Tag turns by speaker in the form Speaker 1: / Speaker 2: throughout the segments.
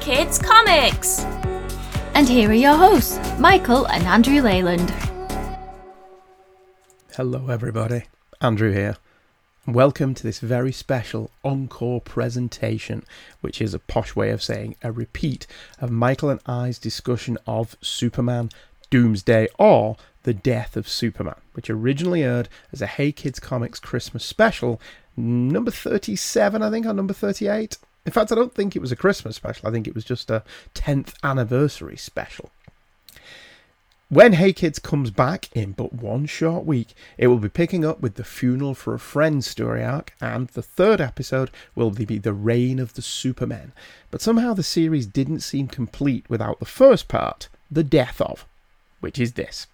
Speaker 1: Kids Comics.
Speaker 2: And here are your hosts, Michael and Andrew Leyland.
Speaker 3: Hello, everybody. Andrew here. and Welcome to this very special encore presentation, which is a posh way of saying a repeat of Michael and I's discussion of Superman Doomsday or The Death of Superman, which originally aired as a Hey Kids Comics Christmas special, number 37, I think, or number 38. In fact, I don't think it was a Christmas special, I think it was just a 10th anniversary special. When Hey Kids comes back in but one short week, it will be picking up with the Funeral for a Friend story arc, and the third episode will be The Reign of the Supermen. But somehow the series didn't seem complete without the first part, The Death of, which is this.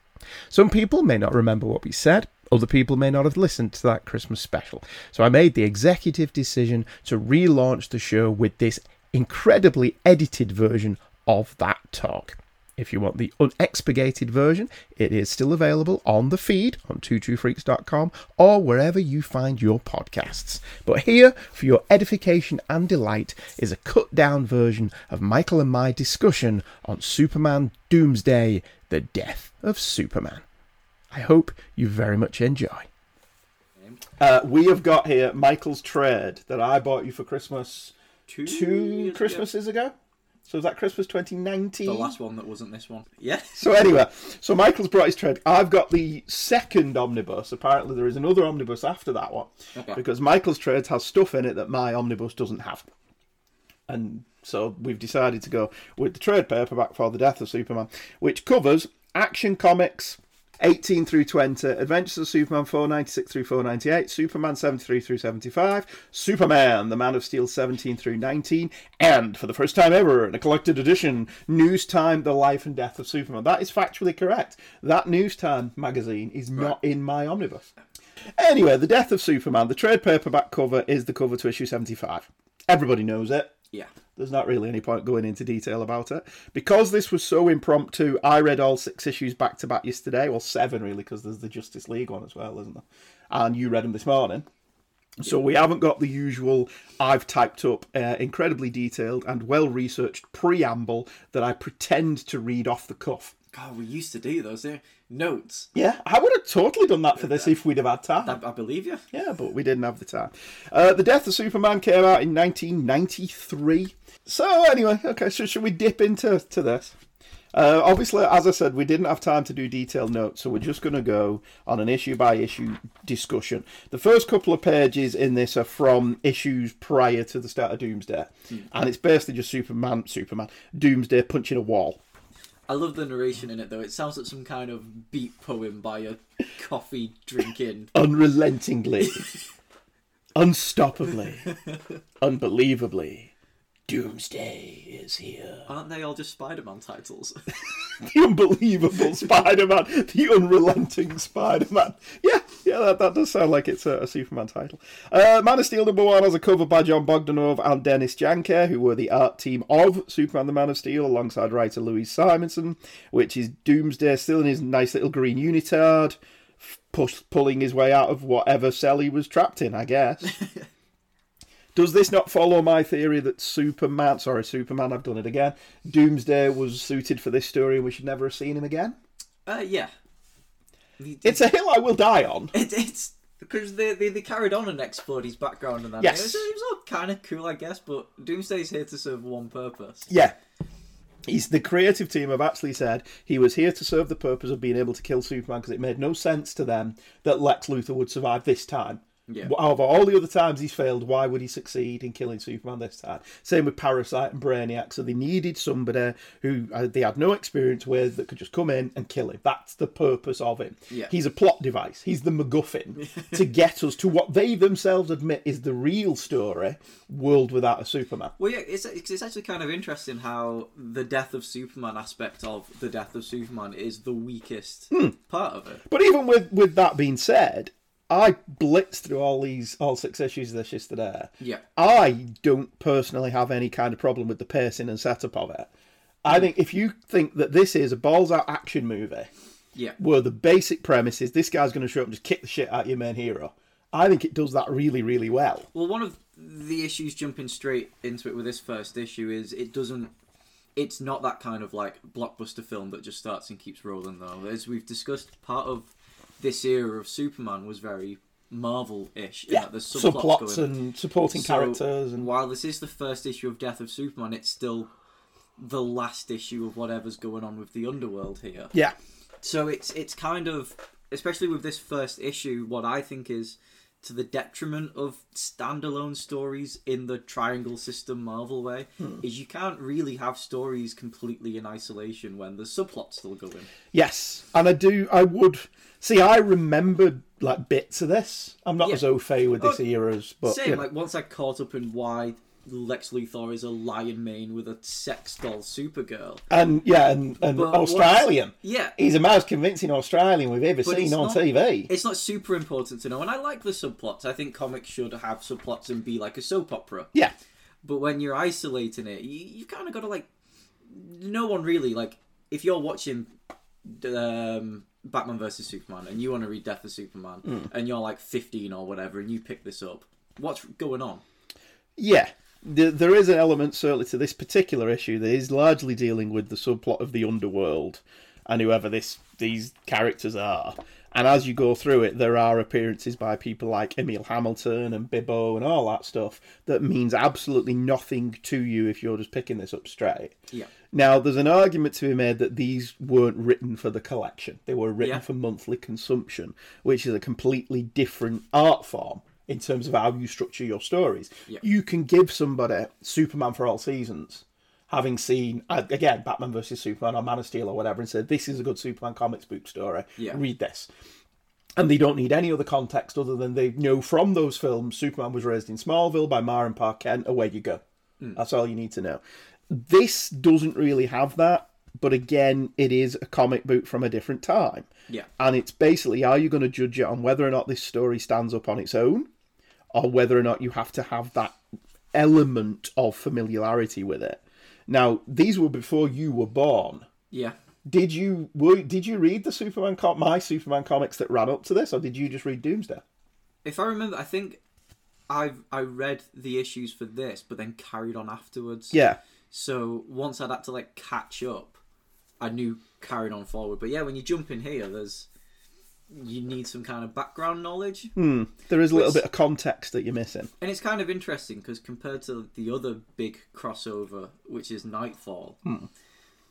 Speaker 3: Some people may not remember what we said. Other people may not have listened to that Christmas special. So I made the executive decision to relaunch the show with this incredibly edited version of that talk. If you want the unexpurgated version, it is still available on the feed on tutufreaks.com or wherever you find your podcasts. But here, for your edification and delight, is a cut down version of Michael and my discussion on Superman Doomsday The Death of Superman. I hope you very much enjoy.
Speaker 4: Uh, we have got here Michael's trade that I bought you for Christmas two,
Speaker 5: years ago.
Speaker 4: Christmases ago. So was that Christmas 2019?
Speaker 5: The last one that wasn't this one. Yeah.
Speaker 4: So anyway, so Michael's brought his trade. I've got the second omnibus. Apparently, there is another omnibus after that one
Speaker 5: Okay.
Speaker 4: because Michael's trades has stuff in it that my omnibus doesn't have, and so we've decided to go with the trade paperback for the death of Superman, which covers Action Comics. 18 through 20, Adventures of Superman 496 through 498, Superman 73 through 75, Superman, The Man of Steel 17 through 19, and for the first time ever in a collected edition, News Time, The Life and Death of Superman. That is factually correct. That News Time magazine is not in my omnibus. Anyway, The Death of Superman, the trade paperback cover is the cover to issue 75. Everybody knows it.
Speaker 5: Yeah.
Speaker 4: There's not really any point going into detail about it. Because this was so impromptu, I read all six issues back to back yesterday. Well, seven, really, because there's the Justice League one as well, isn't there? And you read them this morning. So we haven't got the usual I've typed up uh, incredibly detailed and well researched preamble that I pretend to read off the cuff.
Speaker 5: God, we used to do those. Yeah. Notes.
Speaker 4: Yeah, I would have totally done that for this if we'd have had time.
Speaker 5: I, I believe you.
Speaker 4: Yeah, but we didn't have the time. Uh, the Death of Superman came out in 1993. So anyway, okay, so should we dip into to this? Uh, obviously, as I said, we didn't have time to do detailed notes, so we're just going to go on an issue by issue discussion. The first couple of pages in this are from issues prior to the start of Doomsday, and it's basically just Superman, Superman, Doomsday punching a wall.
Speaker 5: I love the narration in it though. It sounds like some kind of beat poem by a coffee drinking.
Speaker 4: unrelentingly, unstoppably, unbelievably. Doomsday is here.
Speaker 5: Aren't they all just Spider-Man titles?
Speaker 4: The unbelievable Spider-Man, the unrelenting Spider-Man. Yeah, yeah, that, that does sound like it's a, a Superman title. Uh, Man of Steel number one has a cover by John Bogdanov and Dennis Janker, who were the art team of Superman the Man of Steel, alongside writer Louise Simonson, which is Doomsday still in his nice little green unitard, f- push, pulling his way out of whatever cell he was trapped in, I guess. Does this not follow my theory that Superman, sorry, Superman, I've done it again, Doomsday was suited for this story and we should never have seen him again?
Speaker 5: uh, yeah. It-
Speaker 4: It's a hill I will die on.
Speaker 5: it- it's because they, they they carried on and explored his background and that.
Speaker 4: Yes.
Speaker 5: It was, it was all kind of cool, I guess. But Doomsday's here to serve one purpose.
Speaker 4: Yeah. He's, the creative team have actually said he was here to serve the purpose of being able to kill Superman because it made no sense to them that Lex Luthor would survive this time.
Speaker 5: Yeah.
Speaker 4: However, all the other times he's failed, why would he succeed in killing Superman this time? Same with Parasite and Brainiac. So they needed somebody who uh, they had no experience with that could just come in and kill him. That's the purpose of him.
Speaker 5: Yeah.
Speaker 4: He's a plot device. He's the MacGuffin to get us to what they themselves admit is the real story: world without a Superman.
Speaker 5: Well, yeah, it's it's it's actually kind of interesting how the death of Superman aspect of the death of Superman is the weakest
Speaker 4: Hmm.
Speaker 5: part of it.
Speaker 4: But even with with that being said, I blitzed through all these all six issues of this yesterday.
Speaker 5: Yeah.
Speaker 4: I don't personally have any kind of problem with the pacing and setup of it. I think if you think that this is a balls out action movie
Speaker 5: Yeah,
Speaker 4: where the basic premise is this guy's going to show up and just kick the shit out of your main hero, I think it does that really, really well.
Speaker 5: Well, one of the issues jumping straight into it with this first issue is it doesn't it's not that kind of like blockbuster film that just starts and keeps rolling though as we've discussed part of this era of superman was very marvel-ish in
Speaker 4: Yeah,
Speaker 5: that there's subplots,
Speaker 4: subplots
Speaker 5: going
Speaker 4: and supporting
Speaker 5: So,
Speaker 4: characters and
Speaker 5: while this is the first issue of death of superman it's still the last issue of whatever's going on with the underworld here
Speaker 4: yeah,
Speaker 5: so it's it's kind of especially with this first issue what i think is to the detriment of standalone stories in the triangle system marvel way
Speaker 4: Hmm.
Speaker 5: is you can't really have stories completely in isolation when the subplot's still going
Speaker 4: yes. And I do. I would see. I remembered like bits of this. I'm not
Speaker 5: Yeah.
Speaker 4: as au fait with this
Speaker 5: Oh,
Speaker 4: era as, but
Speaker 5: same
Speaker 4: you know.
Speaker 5: like once i caught up in why lex luthor is a lion mane with a sex doll supergirl
Speaker 4: and yeah, and, and
Speaker 5: But what's-
Speaker 4: Australian.
Speaker 5: yeah
Speaker 4: He's the most convincing Australian we've ever
Speaker 5: But
Speaker 4: seen
Speaker 5: it's
Speaker 4: on
Speaker 5: not-
Speaker 4: TV.
Speaker 5: it's not super important to know and i like the subplots i think comics should have subplots and be like a soap opera
Speaker 4: Yeah,
Speaker 5: but when you're isolating it you, you kind of got to like no one really like if you're watching um, batman versus superman and you want to read death of superman and you're like 15 or whatever and you pick this up what's going on
Speaker 4: yeah. There, there is an element certainly to this particular issue that is largely dealing with the subplot of the underworld and whoever this these characters are. And as you go through it, there are appearances by people like Emil Hamilton and Bibbo and all that stuff that means absolutely nothing to you if you're just picking this up straight.
Speaker 5: yeah
Speaker 4: Now, there's an argument to be made that these weren't written for the collection. They were written
Speaker 5: Yeah.
Speaker 4: for monthly consumption, which is a completely different art form in terms of how you structure your stories.
Speaker 5: Yeah.
Speaker 4: You can give somebody Superman for all seasons, having seen, uh, again, Batman versus Superman or Man of Steel or whatever, and said, This is a good Superman comics book story.
Speaker 5: Yeah.
Speaker 4: Read this. And they don't need any other context other than they know from those films Superman was raised in Smallville by Ma and Pa Kent. Away you go. That's all you need to know. This doesn't really have that, but again, it is a comic book from a different time.
Speaker 5: yeah
Speaker 4: And it's basically are you going to judge it on whether or not this story stands up on its own or whether or not you have to have that element of familiarity with it. Now, these were before you were born.
Speaker 5: yeah
Speaker 4: Did you were, did you read the Superman com- my Superman comics that ran up to this or did you just read Doomsday?
Speaker 5: if i remember i think i've i read the issues for this but then carried on afterwards
Speaker 4: Yeah.
Speaker 5: So once I'd had to like catch up, I knew carrying on forward. But yeah, when you jump in here, there's you need some kind of background knowledge,
Speaker 4: There is a little
Speaker 5: Which-
Speaker 4: bit of context that you're missing.
Speaker 5: and it's kind of interesting because compared to the other big crossover, which is Nightfall,
Speaker 4: Hmm.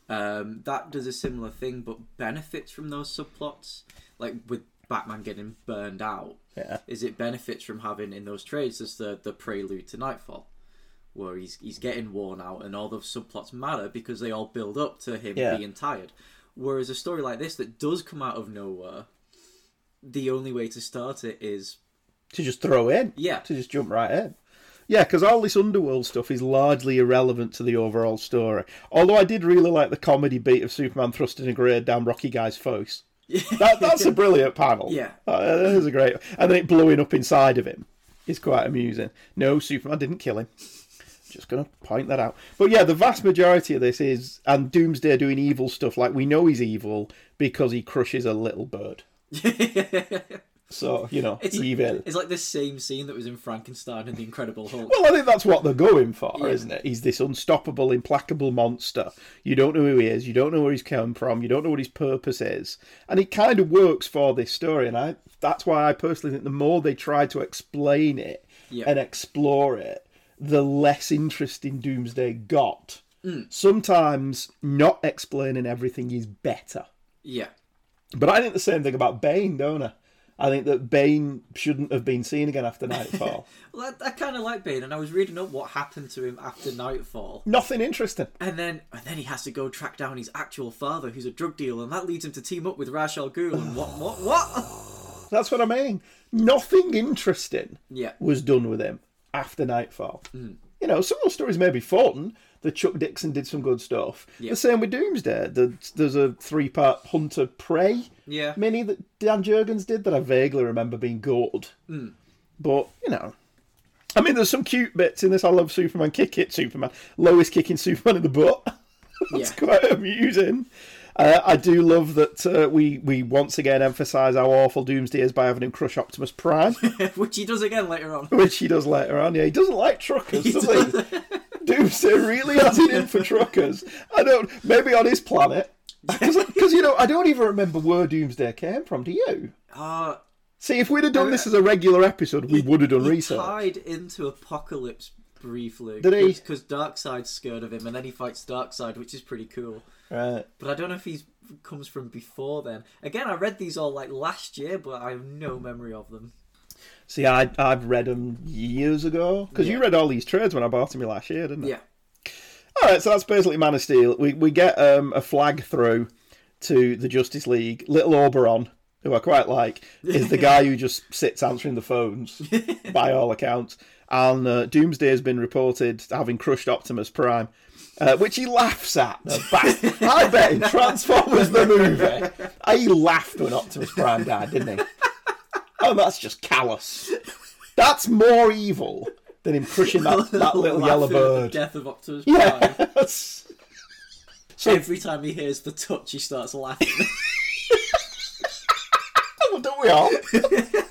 Speaker 5: um, that does a similar thing but benefits from those subplots, like with Batman getting burned out.
Speaker 4: Yeah.
Speaker 5: Is it benefits from having in those trades as the the prelude to Nightfall, where he's he's getting worn out and all the subplots matter because they all build up to him
Speaker 4: Yeah.
Speaker 5: being tired. Whereas a story like this that does come out of nowhere, the only way to start it is
Speaker 4: to just throw in.
Speaker 5: Yeah.
Speaker 4: To just jump right in. Yeah, because all this underworld stuff is largely irrelevant to the overall story. Although I did really like the comedy beat of Superman thrusting a grenade down Rocky Guy's face. That, that's a brilliant panel.
Speaker 5: Yeah.
Speaker 4: Uh, that is a great. And then it blowing up inside of him is quite amusing. No, Superman didn't kill him. Just going to point that out. But yeah, the vast majority of this is. And Doomsday doing evil stuff. Like, we know he's evil because he crushes a little bird. So, you know,
Speaker 5: It's-
Speaker 4: evil.
Speaker 5: It's like the same scene that was in Frankenstein and the Incredible Hulk.
Speaker 4: Well, I think that's what they're going for, isn't it? He's this unstoppable, implacable monster. You don't know who he is. You don't know where he's come from. You don't know what his purpose is, and it kind of works for this story. And I, that's why I personally think the more they try to explain it
Speaker 5: Yeah.
Speaker 4: and explore it, the less interesting Doomsday got. Sometimes not explaining everything is better.
Speaker 5: yeah.
Speaker 4: But I think the same thing about Bane, don't I? I think that Bane shouldn't have been seen again after Nightfall.
Speaker 5: Well, I, I kind of like Bane, and I was reading up what happened to him after Nightfall,
Speaker 4: Nothing interesting.
Speaker 5: and then and then he has to go track down his actual father, who's a drug dealer, and that leads him to team up with Ra's al Ghul, and what, what, what?
Speaker 4: That's what I mean. Nothing interesting
Speaker 5: Yeah,
Speaker 4: was done with him after Nightfall.
Speaker 5: Mm.
Speaker 4: You know, some of those stories may be fun. The Chuck Dixon did some good stuff.
Speaker 5: Yeah.
Speaker 4: The same with Doomsday. The, there's a three part Hunter Prey
Speaker 5: yeah.
Speaker 4: mini that Dan Jurgens did that I vaguely remember being good.
Speaker 5: Mm.
Speaker 4: But, you know. I mean, there's some cute bits in this. I love Superman kick it, Superman. Lois kicking Superman in the butt. That's
Speaker 5: Yeah.
Speaker 4: quite amusing. Uh, I do love that uh, we we once again emphasise how awful Doomsday is by having him crush Optimus Prime,
Speaker 5: which he does again later on.
Speaker 4: which he does later on. Yeah, he doesn't like truckers, does he? Doomsday really has it in for truckers. I don't. Maybe on his planet, because you know I don't even remember where Doomsday came from. Do you?
Speaker 5: Uh,
Speaker 4: See, if we'd have done this as a regular episode, we would have done
Speaker 5: he
Speaker 4: research.
Speaker 5: tied into Apocalypse briefly.
Speaker 4: Did he?
Speaker 5: Because Darkseid's scared of him, and then he fights Darkseid, which is pretty cool.
Speaker 4: Right.
Speaker 5: But I don't know if he comes from before then. Again, I read these all like last year, but I have no memory of them.
Speaker 4: See, I I've read them years ago because you
Speaker 5: Yeah.
Speaker 4: read all these trades when I bought them last year, didn't I?
Speaker 5: Yeah.
Speaker 4: All right, so that's basically Man of Steel. We we get um, a flag through to the Justice League. Little Oberon, who I quite like, is the guy who just sits answering the phones, by all accounts. And uh, Doomsday has been reported having crushed Optimus Prime, uh, which he laughs at. the back. I bet in Transformers the movie, he laughed when Optimus Prime died, didn't he? Oh, that's just callous. That's more evil than him crushing that, that little yellow
Speaker 5: Laughing at the
Speaker 4: bird.
Speaker 5: Death of Optimus Prime.
Speaker 4: Yes. So
Speaker 5: Every time he hears the touch, he starts laughing.
Speaker 4: don't we all?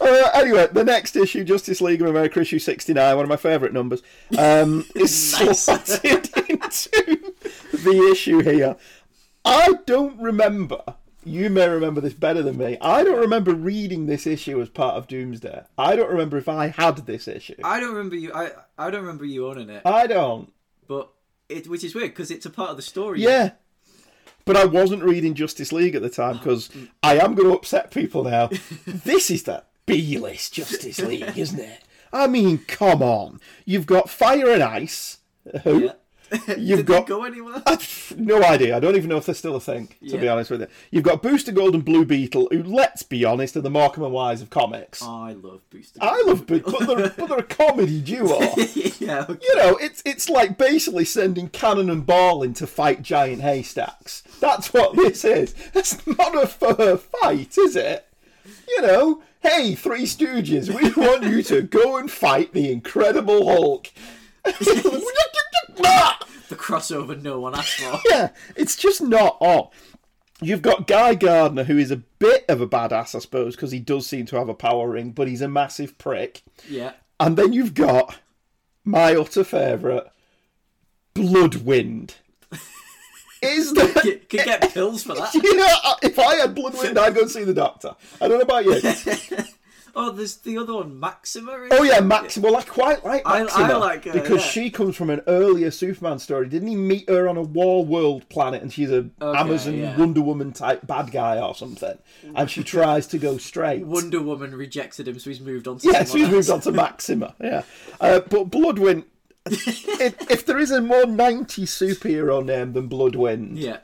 Speaker 4: Uh, anyway, the next issue, Justice League of America, issue 69, one of my favourite numbers, um, is slotted into the issue here. I don't remember, you may remember this better than me, I don't remember reading this issue as part of Doomsday. I don't remember if I had this issue.
Speaker 5: I don't remember you. I I don't remember you owning it,
Speaker 4: I don't.
Speaker 5: but it which is weird because it's a part of the story.
Speaker 4: Yeah. But I wasn't reading Justice League at the time because I am going to upset people now. this is that B list Justice League, isn't it? I mean, come on. You've got Fire and Ice. Who?
Speaker 5: Yeah.
Speaker 4: You've
Speaker 5: Uh, Did they
Speaker 4: got.
Speaker 5: go anywhere?
Speaker 4: I've no idea. I don't even know if they're still a thing, to be
Speaker 5: Yeah.
Speaker 4: honest with you. You've got Booster Gold and Blue Beetle, who, let's be honest, are the Markham and Wise of comics.
Speaker 5: I love Booster.
Speaker 4: I love Boo- but they're, but they're a comedy duo.
Speaker 5: yeah. okay.
Speaker 4: you know, it's it's like basically sending Cannon and Ballin to fight giant haystacks. That's what this is. That's not a fair fight, is it? You know, hey, Three Stooges, we want you to go and fight the Incredible Hulk.
Speaker 5: The crossover no one asked for.
Speaker 4: yeah, it's just not on. You've got Guy Gardner, who is a bit of a badass, I suppose, because he does seem to have a power ring, but he's a massive prick.
Speaker 5: yeah.
Speaker 4: And then you've got my utter favourite, Bloodwind. Is that.
Speaker 5: Could, could get pills for that.
Speaker 4: You know, I- if I had Bloodwind, I'd go and see the doctor. I don't know about you.
Speaker 5: Oh, there's the other one, Maxima. is
Speaker 4: Oh,
Speaker 5: it?
Speaker 4: yeah, Max. Well, I quite like
Speaker 5: I- I
Speaker 4: Maxima.
Speaker 5: like her,
Speaker 4: Because
Speaker 5: yeah.
Speaker 4: she comes from an earlier Superman story. Didn't he meet her on a war world planet and she's a Amazon
Speaker 5: yeah.
Speaker 4: Wonder Woman type bad guy or something? And she tries to go straight.
Speaker 5: Wonder Woman rejected him, so he's moved on to
Speaker 4: Yeah, so
Speaker 5: someone
Speaker 4: he's moved
Speaker 5: else.
Speaker 4: on to Maxima. Yeah, uh, but Bloodwind. if, if there is a more 90s superhero name than Bloodwind,
Speaker 5: Yeah.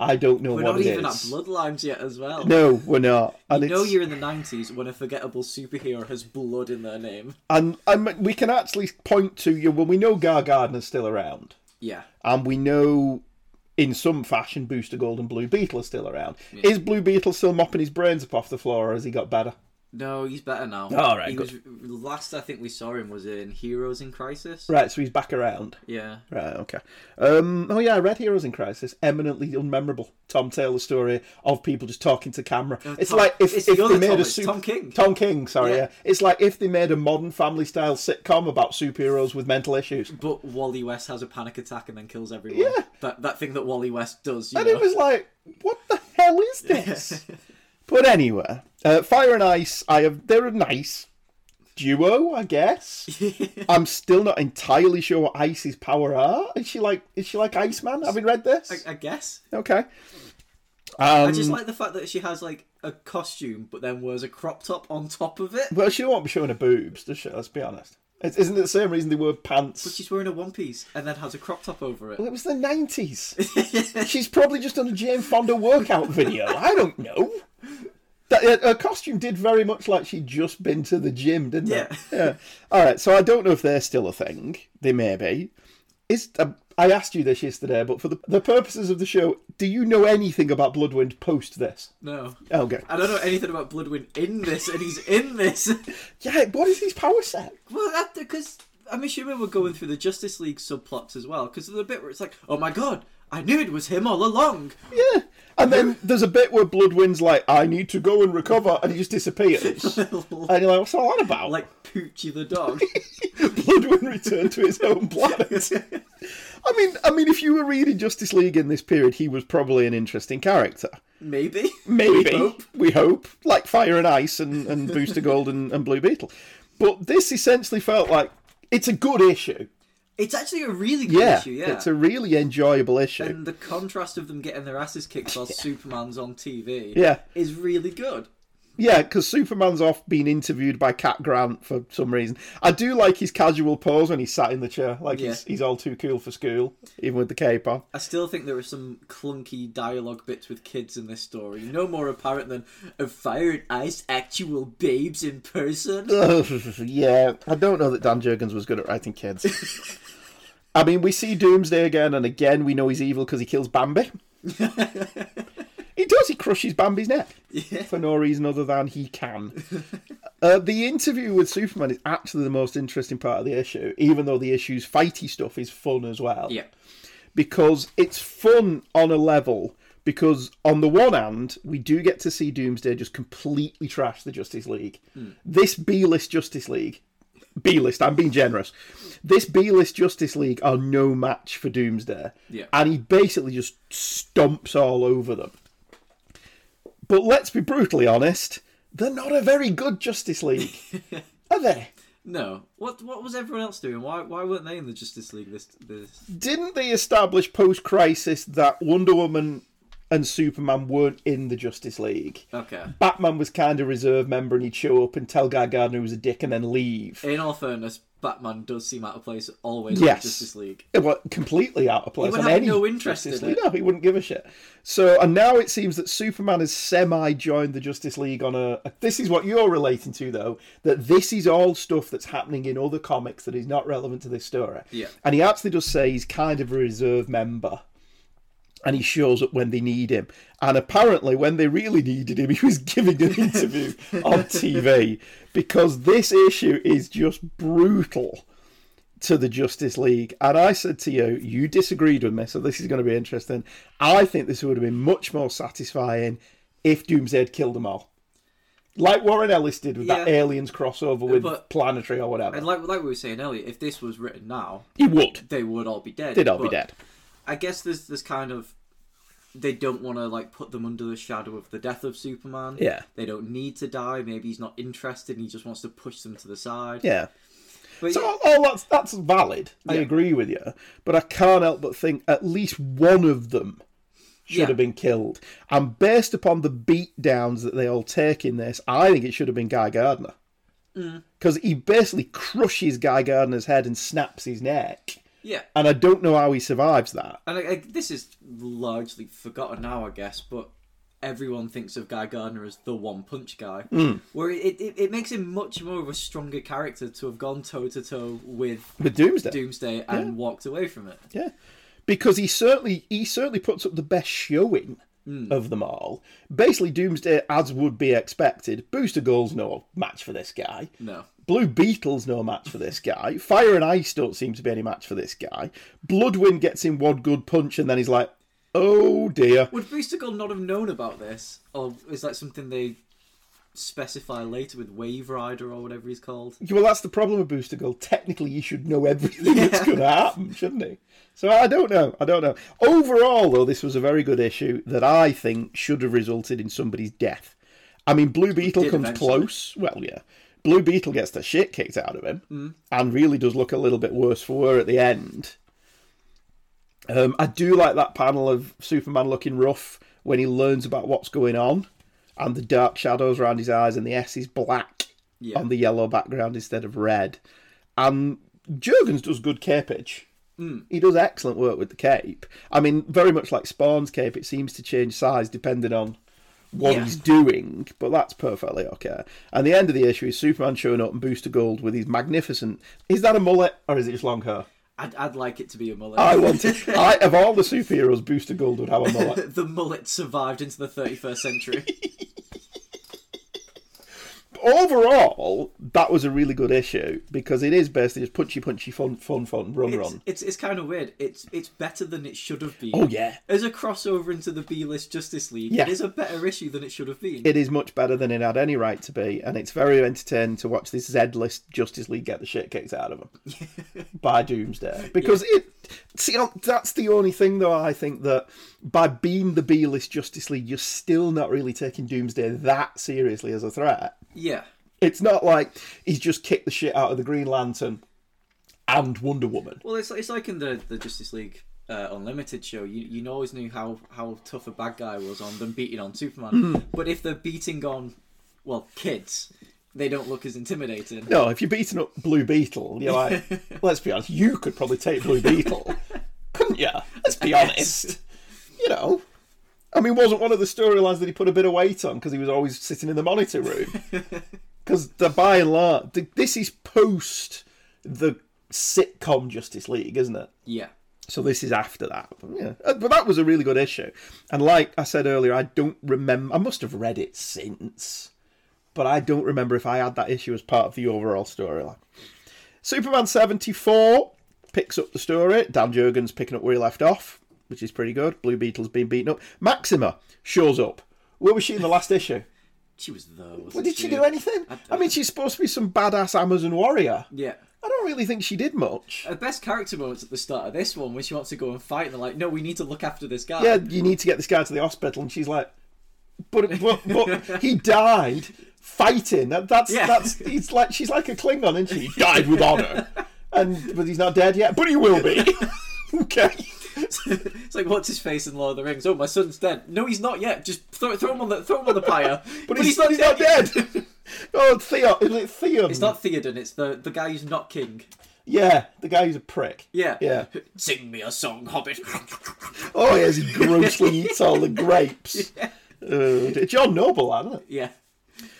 Speaker 4: I don't know
Speaker 5: We're
Speaker 4: what
Speaker 5: not
Speaker 4: it
Speaker 5: even at
Speaker 4: is.
Speaker 5: Bloodlines yet as well.
Speaker 4: No, we're not. And
Speaker 5: You know
Speaker 4: it's-
Speaker 5: you're in the 90s when a forgettable superhero has blood in their name.
Speaker 4: and, and we can actually point to you. Well, we know Gar Gardner's still around,
Speaker 5: Yeah.
Speaker 4: and we know in some fashion Booster Gold and Blue Beetle are still around. Is Blue Beetle still mopping his brains up off the floor, or has he got better?
Speaker 5: No, he's better now.
Speaker 4: All right,
Speaker 5: He
Speaker 4: good.
Speaker 5: was last I think we saw him was in Heroes in Crisis.
Speaker 4: Right, so he's back around.
Speaker 5: Yeah.
Speaker 4: Right, okay. Um, oh yeah, I read Heroes in Crisis, eminently unmemorable. Tom Taylor's story of people just talking to camera. it's
Speaker 5: Tom-
Speaker 4: like if,
Speaker 5: it's
Speaker 4: if
Speaker 5: the
Speaker 4: they
Speaker 5: other
Speaker 4: made
Speaker 5: Tom,
Speaker 4: a
Speaker 5: it's
Speaker 4: super,
Speaker 5: Tom King.
Speaker 4: Tom King, sorry, yeah.
Speaker 5: Yeah.
Speaker 4: It's like if they made a modern family style sitcom about superheroes with mental issues.
Speaker 5: But Wally West has a panic attack and then kills everyone. Yeah. That that thing that Wally West does, you
Speaker 4: And
Speaker 5: know.
Speaker 4: it was like, what the hell is this? but anyway, uh, Fire and Ice, I have they're a nice duo, I guess. I'm still not entirely sure what Ice's power are. Is she like is she like Iceman? Having read this?
Speaker 5: I guess.
Speaker 4: Okay. Um,
Speaker 5: I just like the fact that she has like a costume but then wears a crop top on top of it.
Speaker 4: Well, she won't be showing her boobs, does she? Let's be honest. It's, isn't it the same reason they wear
Speaker 5: But
Speaker 4: pants?
Speaker 5: she's wearing a one piece and then has a crop top over it.
Speaker 4: Well, it was the 90s. She's probably just done a Jane Fonda workout video. I don't know. That, uh, her- her costume did very much like she'd just been to the gym, didn't
Speaker 5: Yeah.
Speaker 4: it? Yeah. All right, so I don't know if they're still a thing. They may be. Is, um, I asked you this yesterday, but for the, the purposes of the show, do you know anything about Bloodwind post this?
Speaker 5: No.
Speaker 4: Okay.
Speaker 5: I don't know anything about Bloodwind in this and he's in this.
Speaker 4: Yeah, what is his power set?
Speaker 5: Well, that because I'm assuming we're going through the Justice League subplots as well, because there's a bit where it's like, oh my god, I knew it was him all along.
Speaker 4: Yeah. And then there's a bit where Bloodwind's like, I need to go and recover, and he just disappears. and you're like, what's all that about?
Speaker 5: Like Poochie the dog.
Speaker 4: Bloodwind returned to his home planet. I mean, I mean, if you were reading Justice League in this period, he was probably an interesting character.
Speaker 5: Maybe.
Speaker 4: Maybe.
Speaker 5: We hope.
Speaker 4: We hope. Like Fire and Ice and, and Booster Gold and, and Blue Beetle. But this essentially felt like it's a good issue.
Speaker 5: It's actually a really good
Speaker 4: Yeah.
Speaker 5: issue, yeah.
Speaker 4: It's a really enjoyable issue.
Speaker 5: and the contrast of them getting their asses kicked while Superman's on TV
Speaker 4: Yeah.
Speaker 5: is really good.
Speaker 4: Yeah, because Superman's off being interviewed by Cat Grant for some reason. I do like his casual pose when he's sat in the chair, like he's,
Speaker 5: Yeah.
Speaker 4: he's all too cool for school, even with the cape on.
Speaker 5: I still think there are some clunky dialogue bits with kids in this story. No more apparent than a fire and ice actual babes in person.
Speaker 4: yeah, I don't know that Dan Jurgens was good at writing kids. I mean, we see Doomsday again, and again we know he's evil because he kills Bambi. he does. He crushes Bambi's neck for no reason other than he can. uh, the interview with Superman is actually the most interesting part of the issue, even though the issue's fighty stuff is fun as well
Speaker 5: Yeah.
Speaker 4: because it's fun on a level. Because on the one hand, we do get to see Doomsday just completely trash the Justice League. This B list Justice League, B list, I'm being generous. This B list Justice League are no match for Doomsday.
Speaker 5: Yeah.
Speaker 4: And he basically just stomps all over them. But let's be brutally honest, they're not a very good Justice League. are they?
Speaker 5: No. What what was everyone else doing? Why why weren't they in the Justice League this this
Speaker 4: didn't they establish post crisis that Wonder Woman and Superman weren't in the Justice League?
Speaker 5: Okay.
Speaker 4: Batman was kind of reserve member and he'd show up and tell Guy Gardner he was a dick and then leave.
Speaker 5: In all fairness, Batman does seem out of place always in
Speaker 4: Yes.
Speaker 5: the Justice League.
Speaker 4: It was completely out of place.
Speaker 5: would
Speaker 4: on
Speaker 5: have
Speaker 4: any
Speaker 5: no interest
Speaker 4: Justice
Speaker 5: in
Speaker 4: League.
Speaker 5: it.
Speaker 4: No, he wouldn't give a shit. So, and now it seems that Superman has semi joined the Justice League on a. This is what you're relating to, though, that this is all stuff that's happening in other comics that is not relevant to this story.
Speaker 5: Yeah.
Speaker 4: And he actually does say he's kind of a reserve member. And he shows up when they need him. And apparently, when they really needed him, he was giving an interview on TV because this issue is just brutal to the Justice League, and I said to you, you disagreed with me, so this is going to be interesting. I think this would have been much more satisfying if Doomsday had killed them all, like Warren Ellis did with that
Speaker 5: Yeah.
Speaker 4: Aliens crossover with
Speaker 5: But-
Speaker 4: Planetary or whatever.
Speaker 5: And like like we were saying earlier, if this was written now,
Speaker 4: he would.
Speaker 5: they would all be dead.
Speaker 4: They'd all be
Speaker 5: But
Speaker 4: dead.
Speaker 5: I guess there's this kind of they don't want to like put them under the shadow of the death of Superman.
Speaker 4: Yeah.
Speaker 5: They don't need to die. Maybe he's not interested. and He just wants to push them to the side.
Speaker 4: Yeah.
Speaker 5: But
Speaker 4: So all, all that's that's valid. I
Speaker 5: Yeah.
Speaker 4: agree with you, but I can't help but think at least one of them should
Speaker 5: Yeah.
Speaker 4: have been killed. And based upon the beat downs that they all take in this, I think it should have been Guy Gardner
Speaker 5: Mm.
Speaker 4: because he basically crushes Guy Gardner's head and snaps his neck.
Speaker 5: yeah.
Speaker 4: And I don't know how he survives that.
Speaker 5: And I, I, this is largely forgotten now, I guess, but everyone thinks of Guy Gardner as the one punch guy.
Speaker 4: Mm.
Speaker 5: Where it, it, it makes him much more of a stronger character to have gone toe to toe with
Speaker 4: With Doomsday,
Speaker 5: Doomsday and walked away from it.
Speaker 4: Yeah, because he certainly he certainly puts up the best showing
Speaker 5: Mm.
Speaker 4: of them all. Basically, Doomsday, as would be expected, Booster Gold's no match for this guy.
Speaker 5: No.
Speaker 4: Blue Beetle's no match for this guy. Fire and Ice don't seem to be any match for this guy. Bloodwind gets in one good punch and then he's like, "Oh dear."
Speaker 5: Would Booster Gold not have known about this? Or is that something they specify later with Wave Rider or whatever he's called?
Speaker 4: Well, that's the problem with Booster Gold. Technically, he should know everything that's going to happen, shouldn't he? So I don't know. I don't know. Overall, though, this was a very good issue that I think should have resulted in somebody's death. I mean, Blue Beetle
Speaker 5: did
Speaker 4: comes
Speaker 5: eventually.
Speaker 4: close. Well, yeah. Blue Beetle gets the shit kicked out of him
Speaker 5: Mm.
Speaker 4: and really does look a little bit worse for wear at the end. Um, I do like that panel of Superman looking rough when he learns about what's going on and the dark shadows around his eyes and the S is black
Speaker 5: Yeah.
Speaker 4: on the yellow background instead of red. And Jurgens does good capage.
Speaker 5: Hmm.
Speaker 4: He does excellent work with the cape. I mean, very much like Spawn's cape, it seems to change size depending on what
Speaker 5: Yeah.
Speaker 4: he's doing, but that's perfectly okay. And the end of the issue is Superman showing up and Booster Gold with his magnificent. Is that a mullet or is it just long hair?
Speaker 5: I'd, I'd like it to be a mullet.
Speaker 4: I want it. I, of all the superheroes, Booster Gold would have a mullet.
Speaker 5: the mullet survived into the 31st century.
Speaker 4: overall, that was a really good issue because it is basically just punchy, punchy, fun, fun, fun, run,
Speaker 5: It's,
Speaker 4: run.
Speaker 5: it's, it's kind of weird. It's it's better than it should have been.
Speaker 4: Oh, yeah.
Speaker 5: As a crossover into the B list Justice League,
Speaker 4: Yeah.
Speaker 5: it is a better issue than it should have been.
Speaker 4: It is much better than it had any right to be, and it's very entertaining to watch this Z list Justice League get the shit kicked out of them by Doomsday. Because it, see, um, that's the only thing though. I think that by being the B list Justice League, you're still not really taking Doomsday that seriously as a threat.
Speaker 5: yeah.
Speaker 4: It's not like he's just kicked the shit out of the Green Lantern and Wonder Woman.
Speaker 5: Well, it's it's like in the, the Justice League uh, Unlimited show. You you always knew how how tough a bad guy was on them beating on Superman.
Speaker 4: Hmm.
Speaker 5: But if they're beating on, well, kids, they don't look as intimidating.
Speaker 4: No, if you're beating up Blue Beetle, you're like, let's be honest, you could probably take Blue Beetle, couldn't you? Let's be honest. You know, I mean, wasn't one of the storylines that he put a bit of weight on because he was always sitting in the monitor room? Because the by and large, th- this is post the sitcom Justice League, isn't it?
Speaker 5: Yeah.
Speaker 4: So this is after that. But, yeah. Uh, but that was a really good issue. And like I said earlier, I don't remember. I must have read it since, but I don't remember if I had that issue as part of the overall storyline. Superman 74 picks up the story. Dan Jurgens picking up where he left off, which is pretty good. Blue Beetle's been beaten up. Maxima shows up. Where was she in the last issue?
Speaker 5: She was though.
Speaker 4: Well, did she do anything? I mean, she's supposed to be some badass Amazon warrior.
Speaker 5: Yeah.
Speaker 4: I don't really think she did much.
Speaker 5: Her best character moments at the start of this one when she wants to go and fight and they're like, no, we need to look after this guy.
Speaker 4: yeah, you need to get this guy to the hospital. And she's like, but, but, but he died fighting. That, that's,
Speaker 5: Yeah.
Speaker 4: that's, he's like, she's like a Klingon, isn't she? He died with honor. And, but he's not dead yet, but he will be. okay.
Speaker 5: it's like what's his face in Lord of the Rings? Oh, my son's dead. No, he's not yet. Just throw, throw him on the throw him on the pyre.
Speaker 4: But, he's, not, he's not
Speaker 5: yet.
Speaker 4: dead. oh, Theo. Is it Theon?
Speaker 5: It's not Theoden. It's the the guy who's not king.
Speaker 4: Yeah, the guy who's a prick.
Speaker 5: Yeah.
Speaker 4: Yeah.
Speaker 5: Sing me a song, Hobbit.
Speaker 4: Oh, yes, he grossly eats all the grapes. Uh, John Noble, isn't it?
Speaker 5: yeah.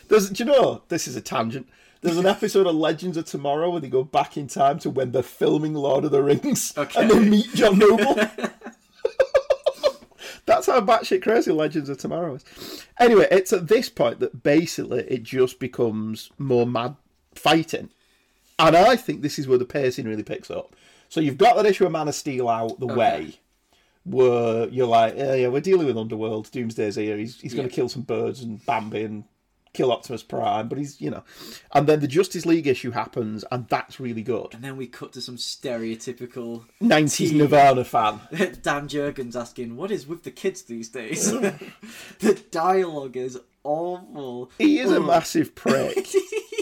Speaker 4: There's, do you know, this is a tangent. There's an episode of Legends of Tomorrow where they go back in time to when they're filming Lord of the Rings
Speaker 5: Okay.
Speaker 4: and they meet John Noble. That's how batshit crazy Legends of Tomorrow is. Anyway, it's at this point that basically it just becomes more mad fighting. And I think this is where the pacing really picks up. So you've got that issue of Man of Steel out the way were you're like, yeah, yeah, we're dealing with Underworld. Doomsday's here. He's he's going to
Speaker 5: Yeah.
Speaker 4: kill some birds and Bambi and kill Optimus Prime, but he's you know, and then the Justice League issue happens, and that's really good.
Speaker 5: And then we cut to some stereotypical
Speaker 4: Nineties
Speaker 5: Tea.
Speaker 4: Nirvana fan.
Speaker 5: Dan Jurgens asking, "What is with the kids these days?" the dialogue is awful.
Speaker 4: He is a massive prick.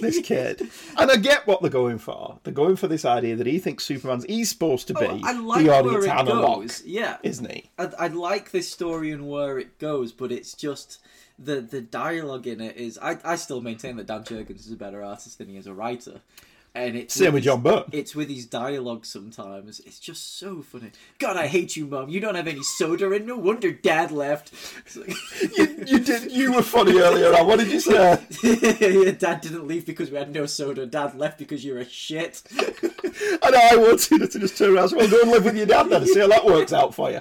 Speaker 4: this kid, and I get what they're going for. They're going for this idea that he thinks Superman's he's supposed to be
Speaker 5: I like
Speaker 4: the
Speaker 5: where
Speaker 4: audience
Speaker 5: it
Speaker 4: analog,
Speaker 5: goes. Yeah,
Speaker 4: isn't he?
Speaker 5: I, I like this story and where it goes, but it's just the the dialogue in it is. I, I still maintain that Dan Jurgens is a better artist than he is a writer, and it's
Speaker 4: Same with
Speaker 5: his-
Speaker 4: John Burke.
Speaker 5: It's with his dialogue sometimes. It's just so funny. God, I hate you, Mum. You don't have any soda, and no wonder Dad left. It's like-
Speaker 4: you, you did. You were funny earlier on. What did you say?
Speaker 5: Dad didn't leave because we had no soda. Dad left because you're a shit.
Speaker 4: And I wanted her to just turn around and say, well, go and live with your dad then and see how that works out for you.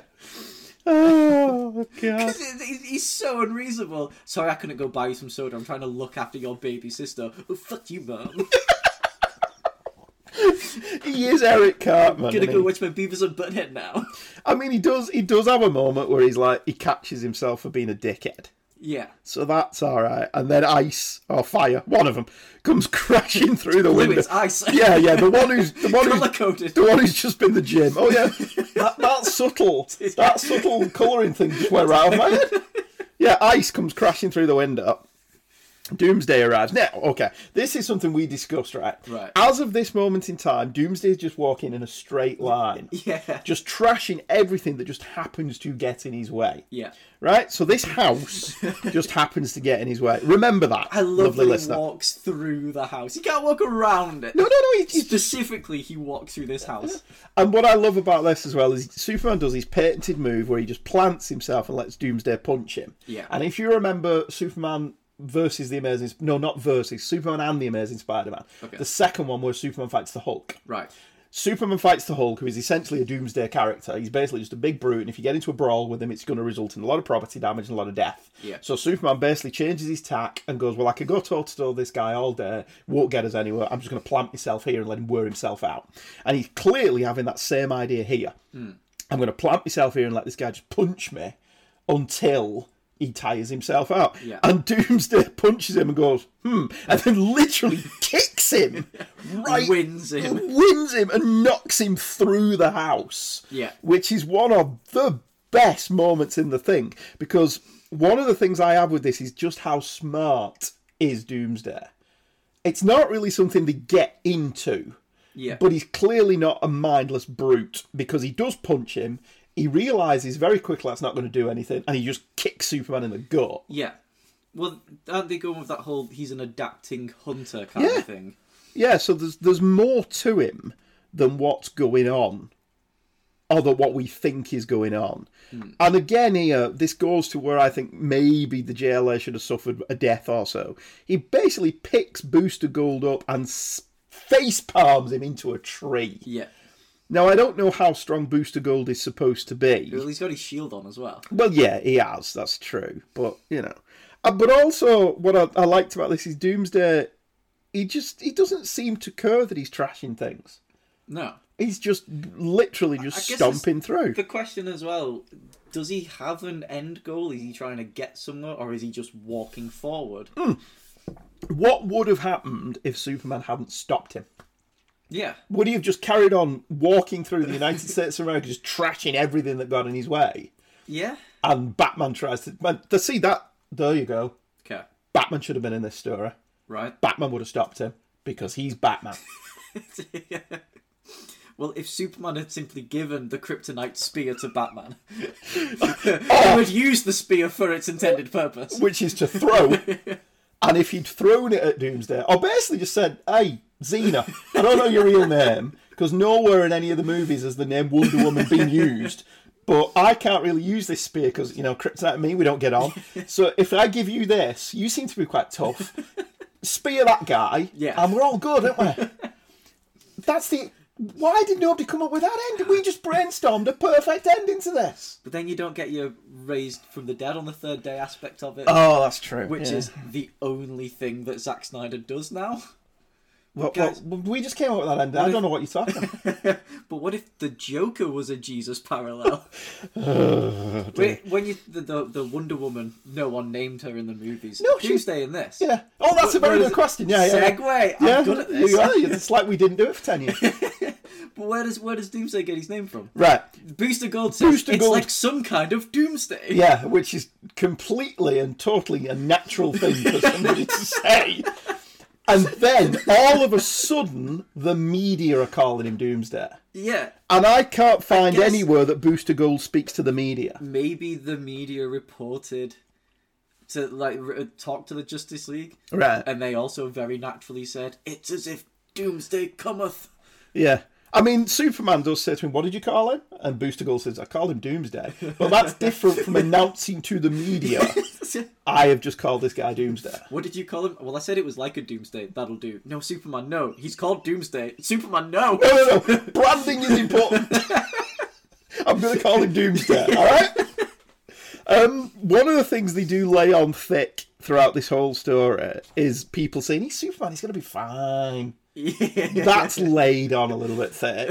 Speaker 4: Oh, God.
Speaker 5: He's he's so unreasonable. Sorry, I couldn't go buy you some soda. I'm trying to look after your baby sister. Oh, fuck you, mum.
Speaker 4: He is Eric Cartman.
Speaker 5: gonna
Speaker 4: isn't
Speaker 5: go
Speaker 4: he?
Speaker 5: watch my Beavers and Butthead now.
Speaker 4: I mean, he does he does have a moment where he's like, he catches himself for being a dickhead.
Speaker 5: yeah.
Speaker 4: So that's all right. And then ice or fire, one of them, comes crashing through the window.
Speaker 5: it's ice.
Speaker 4: Yeah, yeah. The one who's the one
Speaker 5: Colour
Speaker 4: who's,
Speaker 5: coded.
Speaker 4: the one who's just been the gym. Oh yeah, that, that subtle, that subtle colouring thing just went right off my head. Yeah, ice comes crashing through the window. Doomsday arrives. Now, okay, this is something we discussed, right?
Speaker 5: Right.
Speaker 4: As of this moment in time, Doomsday is just walking in a straight line.
Speaker 5: Yeah.
Speaker 4: Just trashing everything that just happens to get in his way.
Speaker 5: Yeah.
Speaker 4: Right? So this house just happens to get in his way. Remember that.
Speaker 5: I love
Speaker 4: lovely
Speaker 5: that he
Speaker 4: listener.
Speaker 5: walks through the house. He can't walk around it.
Speaker 4: No, no, no. He's, he's-
Speaker 5: Specifically, he walked through this house.
Speaker 4: And what I love about this as well is Superman does his patented move where he just plants himself and lets Doomsday punch him.
Speaker 5: Yeah.
Speaker 4: And if you remember Superman versus the Amazing no not versus Superman and the Amazing Spider-Man.
Speaker 5: Okay.
Speaker 4: The second one where Superman fights the Hulk.
Speaker 5: Right.
Speaker 4: Superman fights the Hulk, who is essentially a doomsday character. He's basically just a big brute, and if you get into a brawl with him, it's going to result in a lot of property damage and a lot of death.
Speaker 5: Yeah.
Speaker 4: So Superman basically changes his tack and goes, "Well, I could go toe to toe this guy all day. Won't get us anywhere. I'm just going to plant myself here and let him wear himself out." And he's clearly having that same idea here.
Speaker 5: Hmm.
Speaker 4: I'm going to plant myself here and let this guy just punch me until he tires himself out.
Speaker 5: Yeah.
Speaker 4: And Doomsday punches him and goes, hmm, and then literally kicks him right.
Speaker 5: Wins him.
Speaker 4: Wins him and knocks him through the house.
Speaker 5: Yeah.
Speaker 4: Which is one of the best moments in the thing because one of the things I have with this is just how smart is Doomsday. It's not really something they get into
Speaker 5: Yeah.
Speaker 4: but he's clearly not a mindless brute because he does punch him. He realizes very quickly that's not going to do anything, and he just kicks Superman in the gut.
Speaker 5: yeah. Well, aren't they going with that whole he's an adapting hunter kind
Speaker 4: Yeah.
Speaker 5: of thing?
Speaker 4: Yeah, so there's there's more to him than what's going on, or than what we think is going on. And again, here this goes to where I think maybe the JLA should have suffered a death or so. He basically picks Booster Gold up and face palms him into a tree.
Speaker 5: Yeah.
Speaker 4: Now I don't know how strong Booster Gold is supposed to be.
Speaker 5: Well, he's got his shield on as well.
Speaker 4: Well, yeah, he has. That's true. But you know, uh, but also what I, I liked about this is Doomsday. He just he doesn't seem to care that he's trashing things.
Speaker 5: No.
Speaker 4: He's just literally
Speaker 5: I
Speaker 4: just
Speaker 5: guess it's-
Speaker 4: stomping through.
Speaker 5: The question as well: Does he have an end goal? Is he trying to get somewhere, or is he just walking forward?
Speaker 4: Hmm. What would have happened if Superman hadn't stopped him?
Speaker 5: Yeah,
Speaker 4: Would he have just carried on walking through the United States of America, just trashing everything that got in his way?
Speaker 5: yeah.
Speaker 4: And Batman tries to man, to see that. There you go.
Speaker 5: Okay,
Speaker 4: Batman should have been in this story.
Speaker 5: right.
Speaker 4: Batman would have stopped him because he's Batman.
Speaker 5: Well, if Superman had simply given the kryptonite spear to Batman, he would use the spear for its intended purpose.
Speaker 4: which is to throw. and if he'd thrown it at Doomsday, or basically just said, "Hey, Xena, I don't know your real name because nowhere in any of the movies has the name Wonder Woman been used." But I can't really use this spear because you know Kryptonite and me we don't get on. So if I give you this, you seem to be quite tough. Spear that guy,
Speaker 5: Yeah.
Speaker 4: and we're all good, aren't we? That's the. Why did nobody come up with that ending? We just brainstormed a perfect ending to this.
Speaker 5: But then you don't get your raised from the dead on the third day aspect of it,
Speaker 4: Oh, that's true.
Speaker 5: which is the only thing that Zack Snyder does now.
Speaker 4: Well,
Speaker 5: Guys-
Speaker 4: well, we just came up with that end. I don't know what you're talking about.
Speaker 5: But what if the Joker was a Jesus parallel?
Speaker 4: Oh,
Speaker 5: Wait, when you the, the the Wonder Woman, no one named her in the movies.
Speaker 4: No, she-
Speaker 5: Tuesday in this.
Speaker 4: Yeah. Oh, that's a very
Speaker 5: Where- where
Speaker 4: good
Speaker 5: is it?
Speaker 4: question. Yeah, yeah.
Speaker 5: Segue. I'm
Speaker 4: Yeah,
Speaker 5: good at
Speaker 4: you are.
Speaker 5: this.
Speaker 4: It's like we didn't do it for ten years.
Speaker 5: But where does where does Doomsday get his name from?
Speaker 4: right.
Speaker 5: Booster Gold says
Speaker 4: Booster
Speaker 5: it's
Speaker 4: Gold.
Speaker 5: like some kind of Doomsday.
Speaker 4: Yeah, which is completely and totally a natural thing for somebody to say. And then all of a sudden, the media are calling him Doomsday,
Speaker 5: Yeah.
Speaker 4: and I can't find
Speaker 5: guess-
Speaker 4: anywhere that Booster Gold speaks to the media.
Speaker 5: Maybe the media reported to like re- talk to the Justice League, uh,
Speaker 4: Right.
Speaker 5: and they also very naturally said it's as if Doomsday cometh.
Speaker 4: Yeah. I mean, Superman does say to him, What did you call him? And Booster Gold says, I called him Doomsday. But that's different from announcing to the media, I have just called this guy Doomsday.
Speaker 5: What did you call him? Well, I said it was like a Doomsday. That'll do. No, Superman, no. He's called Doomsday. Superman, no.
Speaker 4: No, no, no. Branding is important. I'm going to call him Doomsday, all right? Um, one of the things they do lay on thick throughout this whole story is people saying, He's Superman, he's going to be fine.
Speaker 5: yeah.
Speaker 4: That's laid on a little bit thick.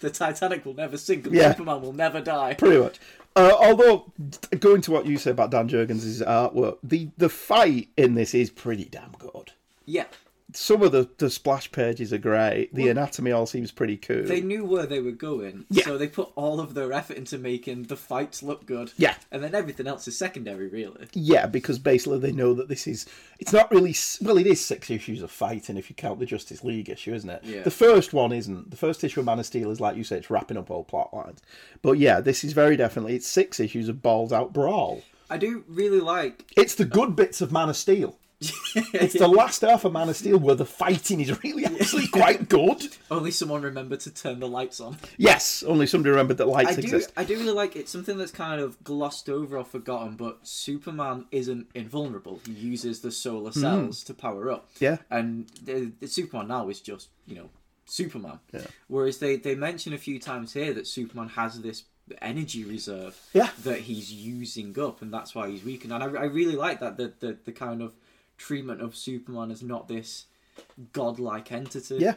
Speaker 5: The Titanic will never sink and
Speaker 4: Yeah.
Speaker 5: Superman will never die.
Speaker 4: pretty much. Uh, although, going to what you said about Dan Jurgens' artwork, the, the fight in this is pretty damn good.
Speaker 5: Yeah.
Speaker 4: Some of the, the splash pages are great. The anatomy all seems pretty cool.
Speaker 5: They knew where they were going,
Speaker 4: Yeah.
Speaker 5: so they put all of their effort into making the fights look good.
Speaker 4: Yeah.
Speaker 5: And then everything else is secondary, really.
Speaker 4: Yeah, because basically they know that this is. It's not really. s- Well, it is six issues of fighting if you count the Justice League issue, isn't it?
Speaker 5: Yeah.
Speaker 4: The first one isn't. The first issue of Man of Steel is, like you say, it's wrapping up all plot lines. But yeah, this is very definitely. It's six issues of balls out brawl.
Speaker 5: I do really like.
Speaker 4: It's the good bits of Man of Steel. It's the last half of Man of Steel where the fighting is really actually quite good.
Speaker 5: Only someone remembered to turn the lights on.
Speaker 4: Yes, only somebody remembered that lights
Speaker 5: I do,
Speaker 4: exist.
Speaker 5: I do really like it's something that's kind of glossed over or forgotten, but Superman isn't invulnerable. He uses the solar cells to power up.
Speaker 4: Hmm. Yeah.
Speaker 5: And the, the Superman now is just, you know, Superman.
Speaker 4: Yeah.
Speaker 5: Whereas they, they mention a few times here that Superman has this energy reserve
Speaker 4: Yeah.
Speaker 5: that he's using up, and that's why he's weakened. And I, I really like that the, the the kind of treatment of Superman as not this godlike entity.
Speaker 4: Yeah.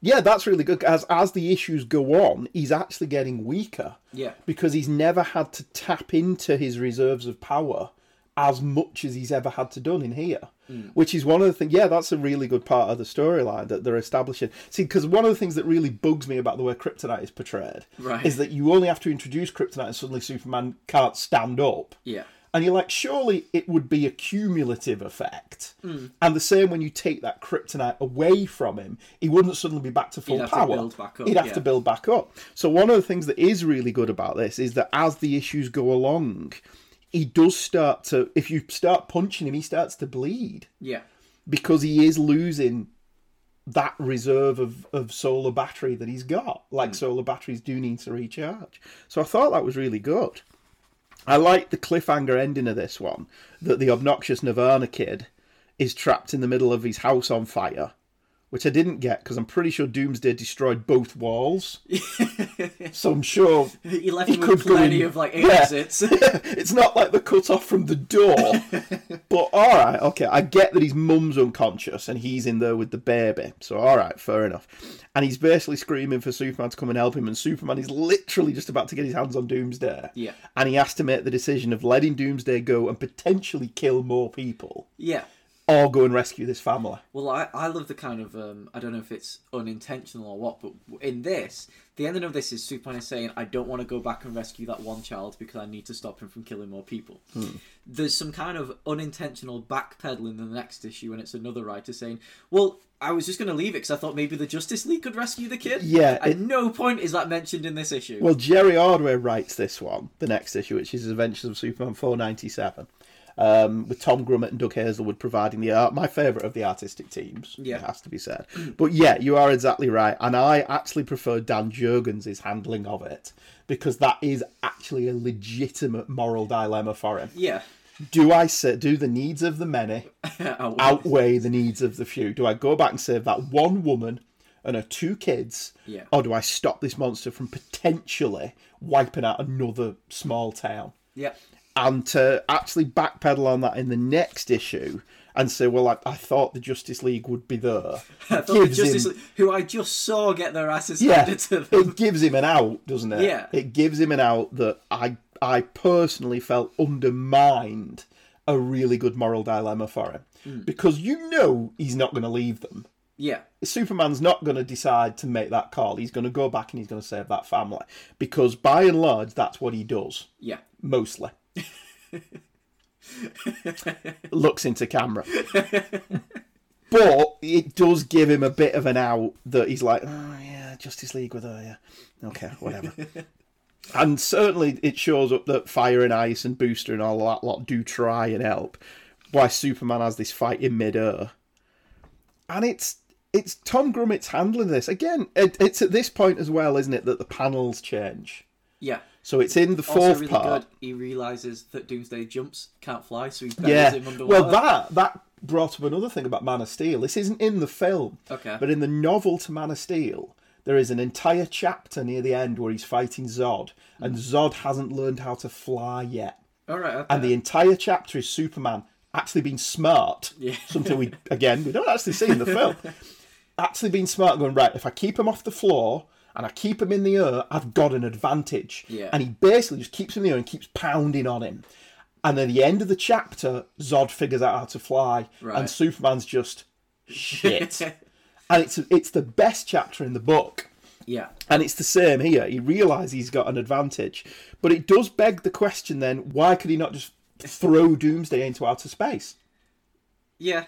Speaker 4: Yeah, that's really good. As as the issues go on, he's actually getting weaker
Speaker 5: yeah,
Speaker 4: because he's never had to tap into his reserves of power as much as he's ever had to done in here.
Speaker 5: Hmm.
Speaker 4: Which is one of the things. Yeah, that's a really good part of the storyline that they're establishing. See, because one of the things that really bugs me about the way Kryptonite is portrayed
Speaker 5: Right.
Speaker 4: is that you only have to introduce Kryptonite and suddenly Superman can't stand up.
Speaker 5: yeah.
Speaker 4: And you're like, surely it would be a cumulative effect.
Speaker 5: Hmm.
Speaker 4: And the same when you take that kryptonite away from him, he wouldn't suddenly be back to full
Speaker 5: He'd have to
Speaker 4: power.
Speaker 5: build back up,
Speaker 4: He'd have
Speaker 5: yeah.
Speaker 4: to build back up. So one of the things that is really good about this is that as the issues go along, he does start to. If you start punching him, he starts to bleed
Speaker 5: Yeah.
Speaker 4: because he is losing that reserve of, of solar battery that he's got. Like solar batteries do need to recharge. So I thought that was really good. I like the cliffhanger ending of this one that the obnoxious Nirvana kid is trapped in the middle of his house on fire, which I didn't get because I'm pretty sure Doomsday destroyed both walls. so I'm sure
Speaker 5: He left
Speaker 4: He
Speaker 5: him with
Speaker 4: could go
Speaker 5: plenty
Speaker 4: in-
Speaker 5: of like
Speaker 4: yeah.
Speaker 5: exits.
Speaker 4: it's not like they're cut off from the door. but all right, okay, I get that his mum's unconscious and he's in there with the baby. So all right, fair enough. And he's basically screaming for Superman to come and help him, and Superman is literally just about to get his hands on Doomsday.
Speaker 5: Yeah.
Speaker 4: And he has to make the decision of letting Doomsday go and potentially kill more people,
Speaker 5: yeah.
Speaker 4: or go and rescue this family.
Speaker 5: Well, I, I love the kind of um, I don't know if it's unintentional or what, but in this, the ending of this is Superman is saying, "I don't want to go back and rescue that one child because I need to stop him from killing more people."
Speaker 4: Hmm.
Speaker 5: There's some kind of unintentional backpedaling in the next issue, and it's another writer saying, "Well, I was just going to leave it because I thought maybe the Justice League could rescue the kid."
Speaker 4: Yeah,
Speaker 5: At
Speaker 4: it-
Speaker 5: no point is that mentioned in this issue.
Speaker 4: Well, Jerry Ordway writes this one, the next issue, which is Adventures of Superman 497, um, with Tom Grummett and Doug Hazelwood providing the art. My favourite of the artistic teams,
Speaker 5: Yeah.
Speaker 4: it has to be said. But yeah, you are exactly right. And I actually prefer Dan Jurgens' handling of it because that is actually a legitimate moral dilemma for him.
Speaker 5: yeah.
Speaker 4: Do I say, do the needs of the many
Speaker 5: Oh, well.
Speaker 4: outweigh the needs of the few? Do I go back and save that one woman and her two kids?
Speaker 5: Yeah.
Speaker 4: Or do I stop this monster from potentially wiping out another small town?
Speaker 5: Yeah.
Speaker 4: And to actually backpedal on that in the next issue and say, well, I, I thought the Justice League would be there.
Speaker 5: I thought the
Speaker 4: gives him-
Speaker 5: Justice League, who I just saw get their asses
Speaker 4: yeah,
Speaker 5: handed to them.
Speaker 4: it gives him an out, doesn't it?
Speaker 5: Yeah.
Speaker 4: It gives him an out that I I personally felt undermined a really good moral dilemma for him.
Speaker 5: Mm.
Speaker 4: Because you know he's not going to leave them.
Speaker 5: Yeah.
Speaker 4: Superman's not going to decide to make that call. He's going to go back and he's going to save that family because, by and large, that's what he does
Speaker 5: Yeah.
Speaker 4: mostly. Looks into camera, but it does give him a bit of an out that he's like, oh yeah, Justice League with her, yeah, okay, whatever. and certainly, it shows up that Fire and Ice and Booster and all that lot do try and help. Why Superman has this fight in mid-air and it's it's Tom Grummett's handling this again. It, it's at this point as well, isn't it, that the panels change.
Speaker 5: Yeah.
Speaker 4: So it's in the
Speaker 5: also
Speaker 4: fourth
Speaker 5: really
Speaker 4: part.
Speaker 5: good. He realizes that Doomsday jumps, can't fly, so he buries
Speaker 4: Yeah.
Speaker 5: him underwater.
Speaker 4: Well, that that brought up another thing about Man of Steel. This isn't in the film,
Speaker 5: Okay.
Speaker 4: but in the novel to Man of Steel, there is an entire chapter near the end where he's fighting Zod, and Zod hasn't learned how to fly yet.
Speaker 5: All right. Okay.
Speaker 4: And the entire chapter is Superman actually being smart.
Speaker 5: Yeah.
Speaker 4: Something we again we don't actually see in the film. actually being smart, and going right. If I keep him off the floor and I keep him in the air, I've got an advantage.
Speaker 5: Yeah.
Speaker 4: And he basically just keeps him in the air and keeps pounding on him. And at the end of the chapter, Zod figures out how to fly,
Speaker 5: Right.
Speaker 4: and Superman's just shit. and it's it's the best chapter in the book.
Speaker 5: yeah.
Speaker 4: And it's the same here. He realises he's got an advantage. But it does beg the question then why could he not just throw Doomsday into outer space?
Speaker 5: Yeah.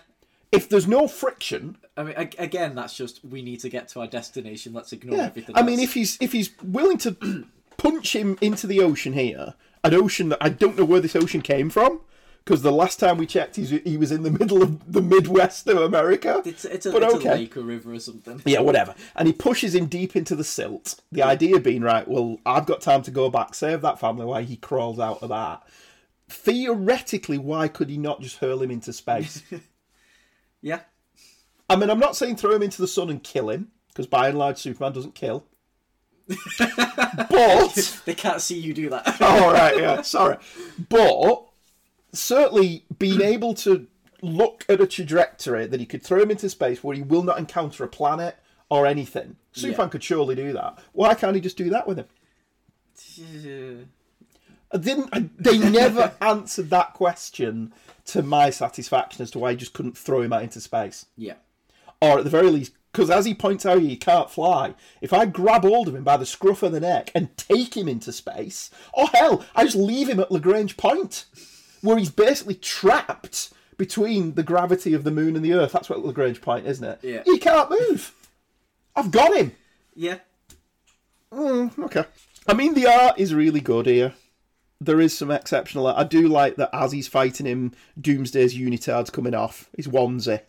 Speaker 4: If there's no friction,
Speaker 5: I mean, ag- again, that's just we need to get to our destination. Let's ignore
Speaker 4: yeah.
Speaker 5: everything.
Speaker 4: I mean,
Speaker 5: else.
Speaker 4: if he's if he's willing to punch him into the ocean here, an ocean that I don't know where this ocean came from, because the last time we checked, he's, he was in the middle of the Midwest of America.
Speaker 5: it's it's, a,
Speaker 4: but
Speaker 5: it's
Speaker 4: okay.
Speaker 5: a lake or river or something.
Speaker 4: Yeah, whatever. And he pushes him deep into the silt. The idea being, right, well, I've got time to go back, save that family while he crawls out of that. Theoretically, why could he not just hurl him into space?
Speaker 5: Yeah.
Speaker 4: I mean, I'm not saying throw him into the sun and kill him. because by and large, Superman doesn't kill. but
Speaker 5: They can't see you do that.
Speaker 4: all right, yeah, sorry. But certainly being able to look at a trajectory that he could throw him into space where he will not encounter a planet or anything. Superman could surely do that. Why can't he just do that with him? I didn't. I, they never answered that question to my satisfaction as to why he just couldn't throw him out into space,
Speaker 5: yeah.
Speaker 4: or at the very least, because as he points out, he can't fly. If I grab hold of him by the scruff of the neck and take him into space, or hell, I just leave him at Lagrange Point, where he's basically trapped between the gravity of the moon and the Earth. That's what Lagrange Point, isn't it?
Speaker 5: Yeah.
Speaker 4: He can't move. I've got him.
Speaker 5: Yeah.
Speaker 4: Okay. I mean, the art is really good here. There is some exceptional art. I do like that as he's fighting him, Doomsday's unitard's coming off. His onesie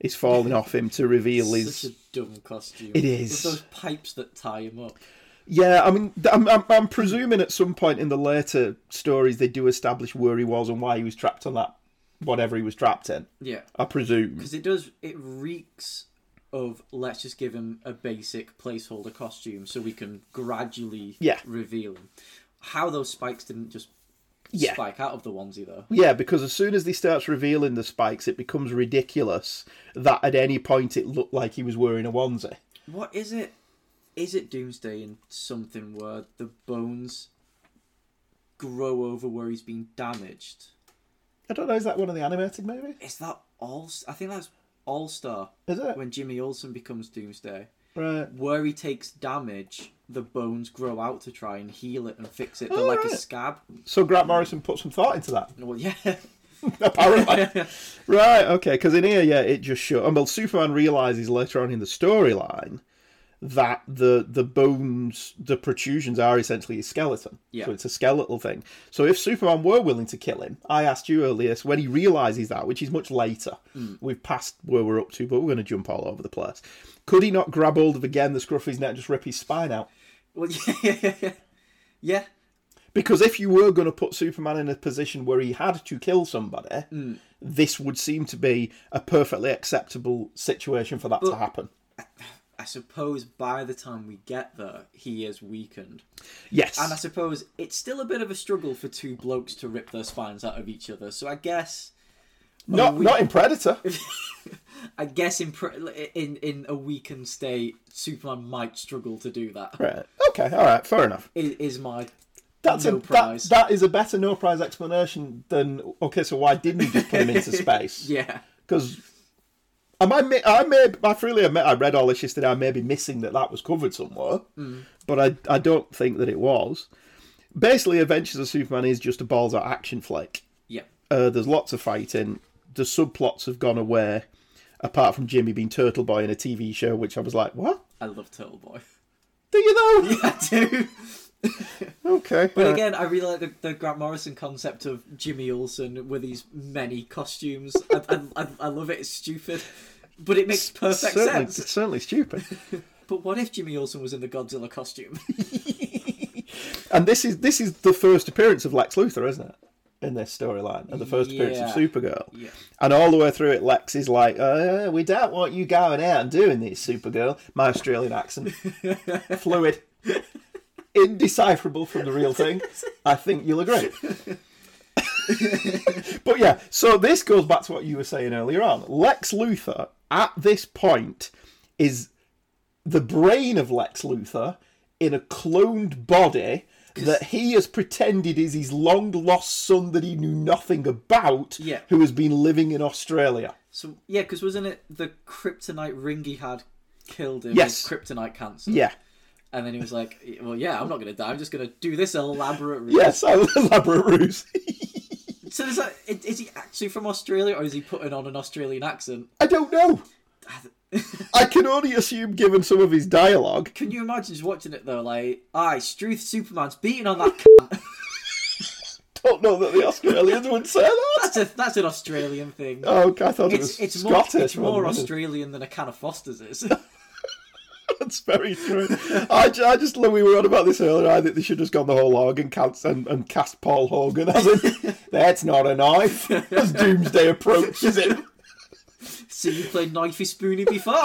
Speaker 4: is falling off him to reveal his.
Speaker 5: Such a dumb costume.
Speaker 4: It is.
Speaker 5: With those pipes that tie him up.
Speaker 4: Yeah, I mean, th- I'm, I'm, I'm presuming at some point in the later stories they do establish where he was and why he was trapped on that, whatever he was trapped in.
Speaker 5: Yeah.
Speaker 4: I presume.
Speaker 5: Because it does, it reeks of let's just give him a basic placeholder costume so we can gradually
Speaker 4: Yeah.
Speaker 5: reveal him. How those spikes didn't just
Speaker 4: Yeah.
Speaker 5: spike out of the onesie though.
Speaker 4: Yeah, because as soon as he starts revealing the spikes, it becomes ridiculous that at any point it looked like he was wearing a onesie.
Speaker 5: What is it? Is it Doomsday in something where the bones grow over where he's been damaged?
Speaker 4: I don't know, is that one of the animated movies?
Speaker 5: Is that all? I think that's All Star.
Speaker 4: Is it?
Speaker 5: When Jimmy Olsen becomes Doomsday,
Speaker 4: Right.
Speaker 5: where he takes damage, the bones grow out to try and heal it and fix it. They're
Speaker 4: Oh,
Speaker 5: like a
Speaker 4: right.
Speaker 5: scab.
Speaker 4: So Grant Morrison put some thought into that,
Speaker 5: Well, yeah.
Speaker 4: apparently. right, okay, because in here, yeah, it just shows. And well, Superman realizes later on in the storyline that the the bones, the protrusions are essentially his skeleton.
Speaker 5: Yeah.
Speaker 4: So it's a skeletal thing. So if Superman were willing to kill him, I asked you earlier, so when he realizes that, which is much later, we've passed where we're up to, but we're going to jump all over the place. Could he not grab hold of again the scruff of his neck and just rip his spine out?
Speaker 5: Well, yeah, yeah, yeah. Yeah,
Speaker 4: Because if you were going to put Superman in a position where he had to kill somebody,
Speaker 5: Mm.
Speaker 4: this would seem to be a perfectly acceptable situation for that to happen.
Speaker 5: I suppose by the time we get there, he is weakened.
Speaker 4: Yes.
Speaker 5: And I suppose it's still a bit of a struggle for two blokes to rip their spines out of each other. So I guess,
Speaker 4: not, not in Predator.
Speaker 5: I guess in pr- in in a weakened state, Superman might struggle to do that.
Speaker 4: right. Okay, all right, fair enough.
Speaker 5: Is, is my
Speaker 4: That's
Speaker 5: No
Speaker 4: a, that,
Speaker 5: prize.
Speaker 4: that is a better no prize explanation than, okay, so why didn't you just put him into space?
Speaker 5: yeah
Speaker 4: Because. I might, mi- I may, I freely admit, I read all this yesterday. I may be missing that that was covered somewhere,
Speaker 5: Hmm.
Speaker 4: but I, I don't think that it was. Basically, Adventures of Superman is just a balls out action flick.
Speaker 5: yeah
Speaker 4: Uh, there's lots of fighting. The subplots have gone away, apart from Jimmy being Turtle Boy in a TV show, which I was like, what?
Speaker 5: I love Turtle Boy.
Speaker 4: Do you know?
Speaker 5: I do.
Speaker 4: Okay. uh,
Speaker 5: But again, I really like the, the Grant Morrison concept of Jimmy Olsen with these many costumes. I, I, I, I love it. It's stupid, but it makes perfect
Speaker 4: certainly,
Speaker 5: sense.
Speaker 4: It's certainly stupid.
Speaker 5: But what if Jimmy Olsen was in the Godzilla costume?
Speaker 4: and this is this is the first appearance of Lex Luthor, isn't it? In this storyline, and the first appearance of
Speaker 5: Yeah.
Speaker 4: Supergirl.
Speaker 5: Yeah.
Speaker 4: And all the way through it, Lex is like, uh, "We don't want you going out and doing this, Supergirl." My Australian accent, fluid, indecipherable from the real thing. I think you'll agree. but yeah, so this goes back to what you were saying earlier on. Lex Luthor at this point is the brain of Lex Luthor in a cloned body that he has pretended is his long lost son that he knew nothing about,
Speaker 5: Yeah.
Speaker 4: who has been living in Australia.
Speaker 5: So yeah, because wasn't it the kryptonite ring he had killed him?
Speaker 4: Yes.
Speaker 5: With kryptonite cancer.
Speaker 4: Yeah.
Speaker 5: And then he was like, "Well, yeah, I'm not gonna die. I'm just gonna do this elaborate." Ruse.
Speaker 4: Yes, elaborate ruse.
Speaker 5: So is, that, is is he actually from Australia, or is he putting on an Australian accent?
Speaker 4: I don't know. I can only assume, given some of his dialogue,
Speaker 5: Can you imagine just watching it though? Like, aye, Struth Superman's beating on that. c-"
Speaker 4: don't know that the Australians would say that.
Speaker 5: that's a that's an Australian thing.
Speaker 4: Oh, I thought it was
Speaker 5: it's it's more
Speaker 4: Scottish.
Speaker 5: it's
Speaker 4: rather
Speaker 5: more
Speaker 4: than-
Speaker 5: Australian than a can of Foster's is.
Speaker 4: That's very true. I, ju- I just we were on about this earlier. I think they should have just gone the whole hog and cast and, and cast Paul Hogan as in that's not a knife as Doomsday approaches him.
Speaker 5: so you played knifey spoony before.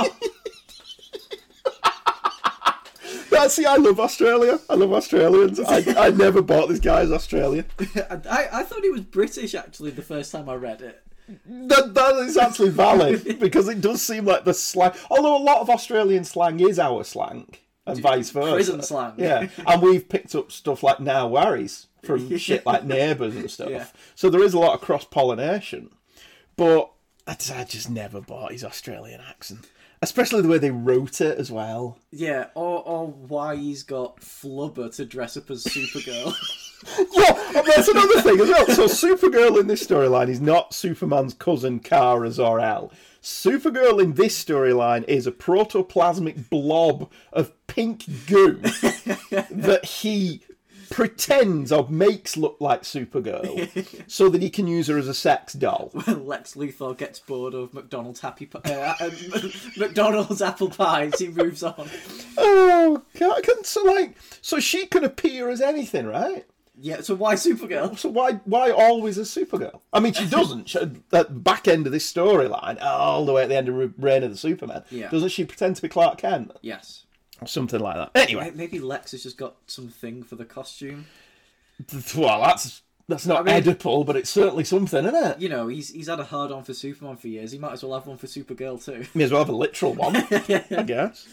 Speaker 4: That's see, I love Australia. I love Australians. I, I never bought this guy as Australian.
Speaker 5: I, I thought it was British actually the first time I read it.
Speaker 4: That, that is actually valid because it does seem like the slang. Although a lot of Australian slang is our slang and vice versa.
Speaker 5: prison slang.
Speaker 4: Yeah, and we've picked up stuff like now worries from shit like neighbours and stuff.
Speaker 5: Yeah.
Speaker 4: So there is a lot of cross pollination, but I just, I just never bought his Australian accent, especially the way they wrote it as well.
Speaker 5: Yeah, or or why he's got Flubber to dress up as Supergirl.
Speaker 4: Yeah, and that's another thing as well. So Supergirl in this storyline is not Superman's cousin Kara Zor-El. Supergirl in this storyline is a protoplasmic blob of pink goo that he pretends or makes look like Supergirl so that he can use her as a sex doll.
Speaker 5: Lex Luthor gets bored of McDonald's happy pi- uh, uh, McDonald's apple pies. He moves on.
Speaker 4: Oh, God. can- So, like, so she can appear as anything, right?
Speaker 5: Yeah, so why Supergirl?
Speaker 4: So why why always a Supergirl? I mean, she doesn't. She, that back end of this storyline, all the way at the end of Re- Reign of the Superman,
Speaker 5: Yeah.
Speaker 4: doesn't she pretend to be Clark Kent
Speaker 5: Yes.
Speaker 4: or something like that? Anyway,
Speaker 5: Maybe Lex has just got something for the costume.
Speaker 4: th- well, that's that's not
Speaker 5: I mean-
Speaker 4: Oedipal, but it's certainly something, isn't it?
Speaker 5: You know, he's he's had a hard on for Superman for years. He might as well have one for Supergirl too.
Speaker 4: May as well have a literal one, I guess.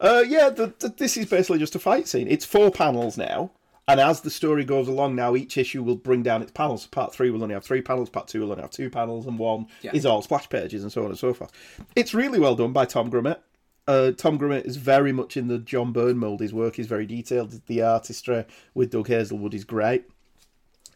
Speaker 4: Uh, yeah, the, the, this is basically just a fight scene. It's four panels now, and as the story goes along now, each issue will bring down its panels. So part three will only have three panels, part two will only have two panels, and one
Speaker 5: Yeah.
Speaker 4: is all splash pages and so on and so forth. It's really well done by Tom Grummett. Uh, Tom Grummett is very much in the John Byrne mould. His work is very detailed. The artistry with Doug Hazelwood is great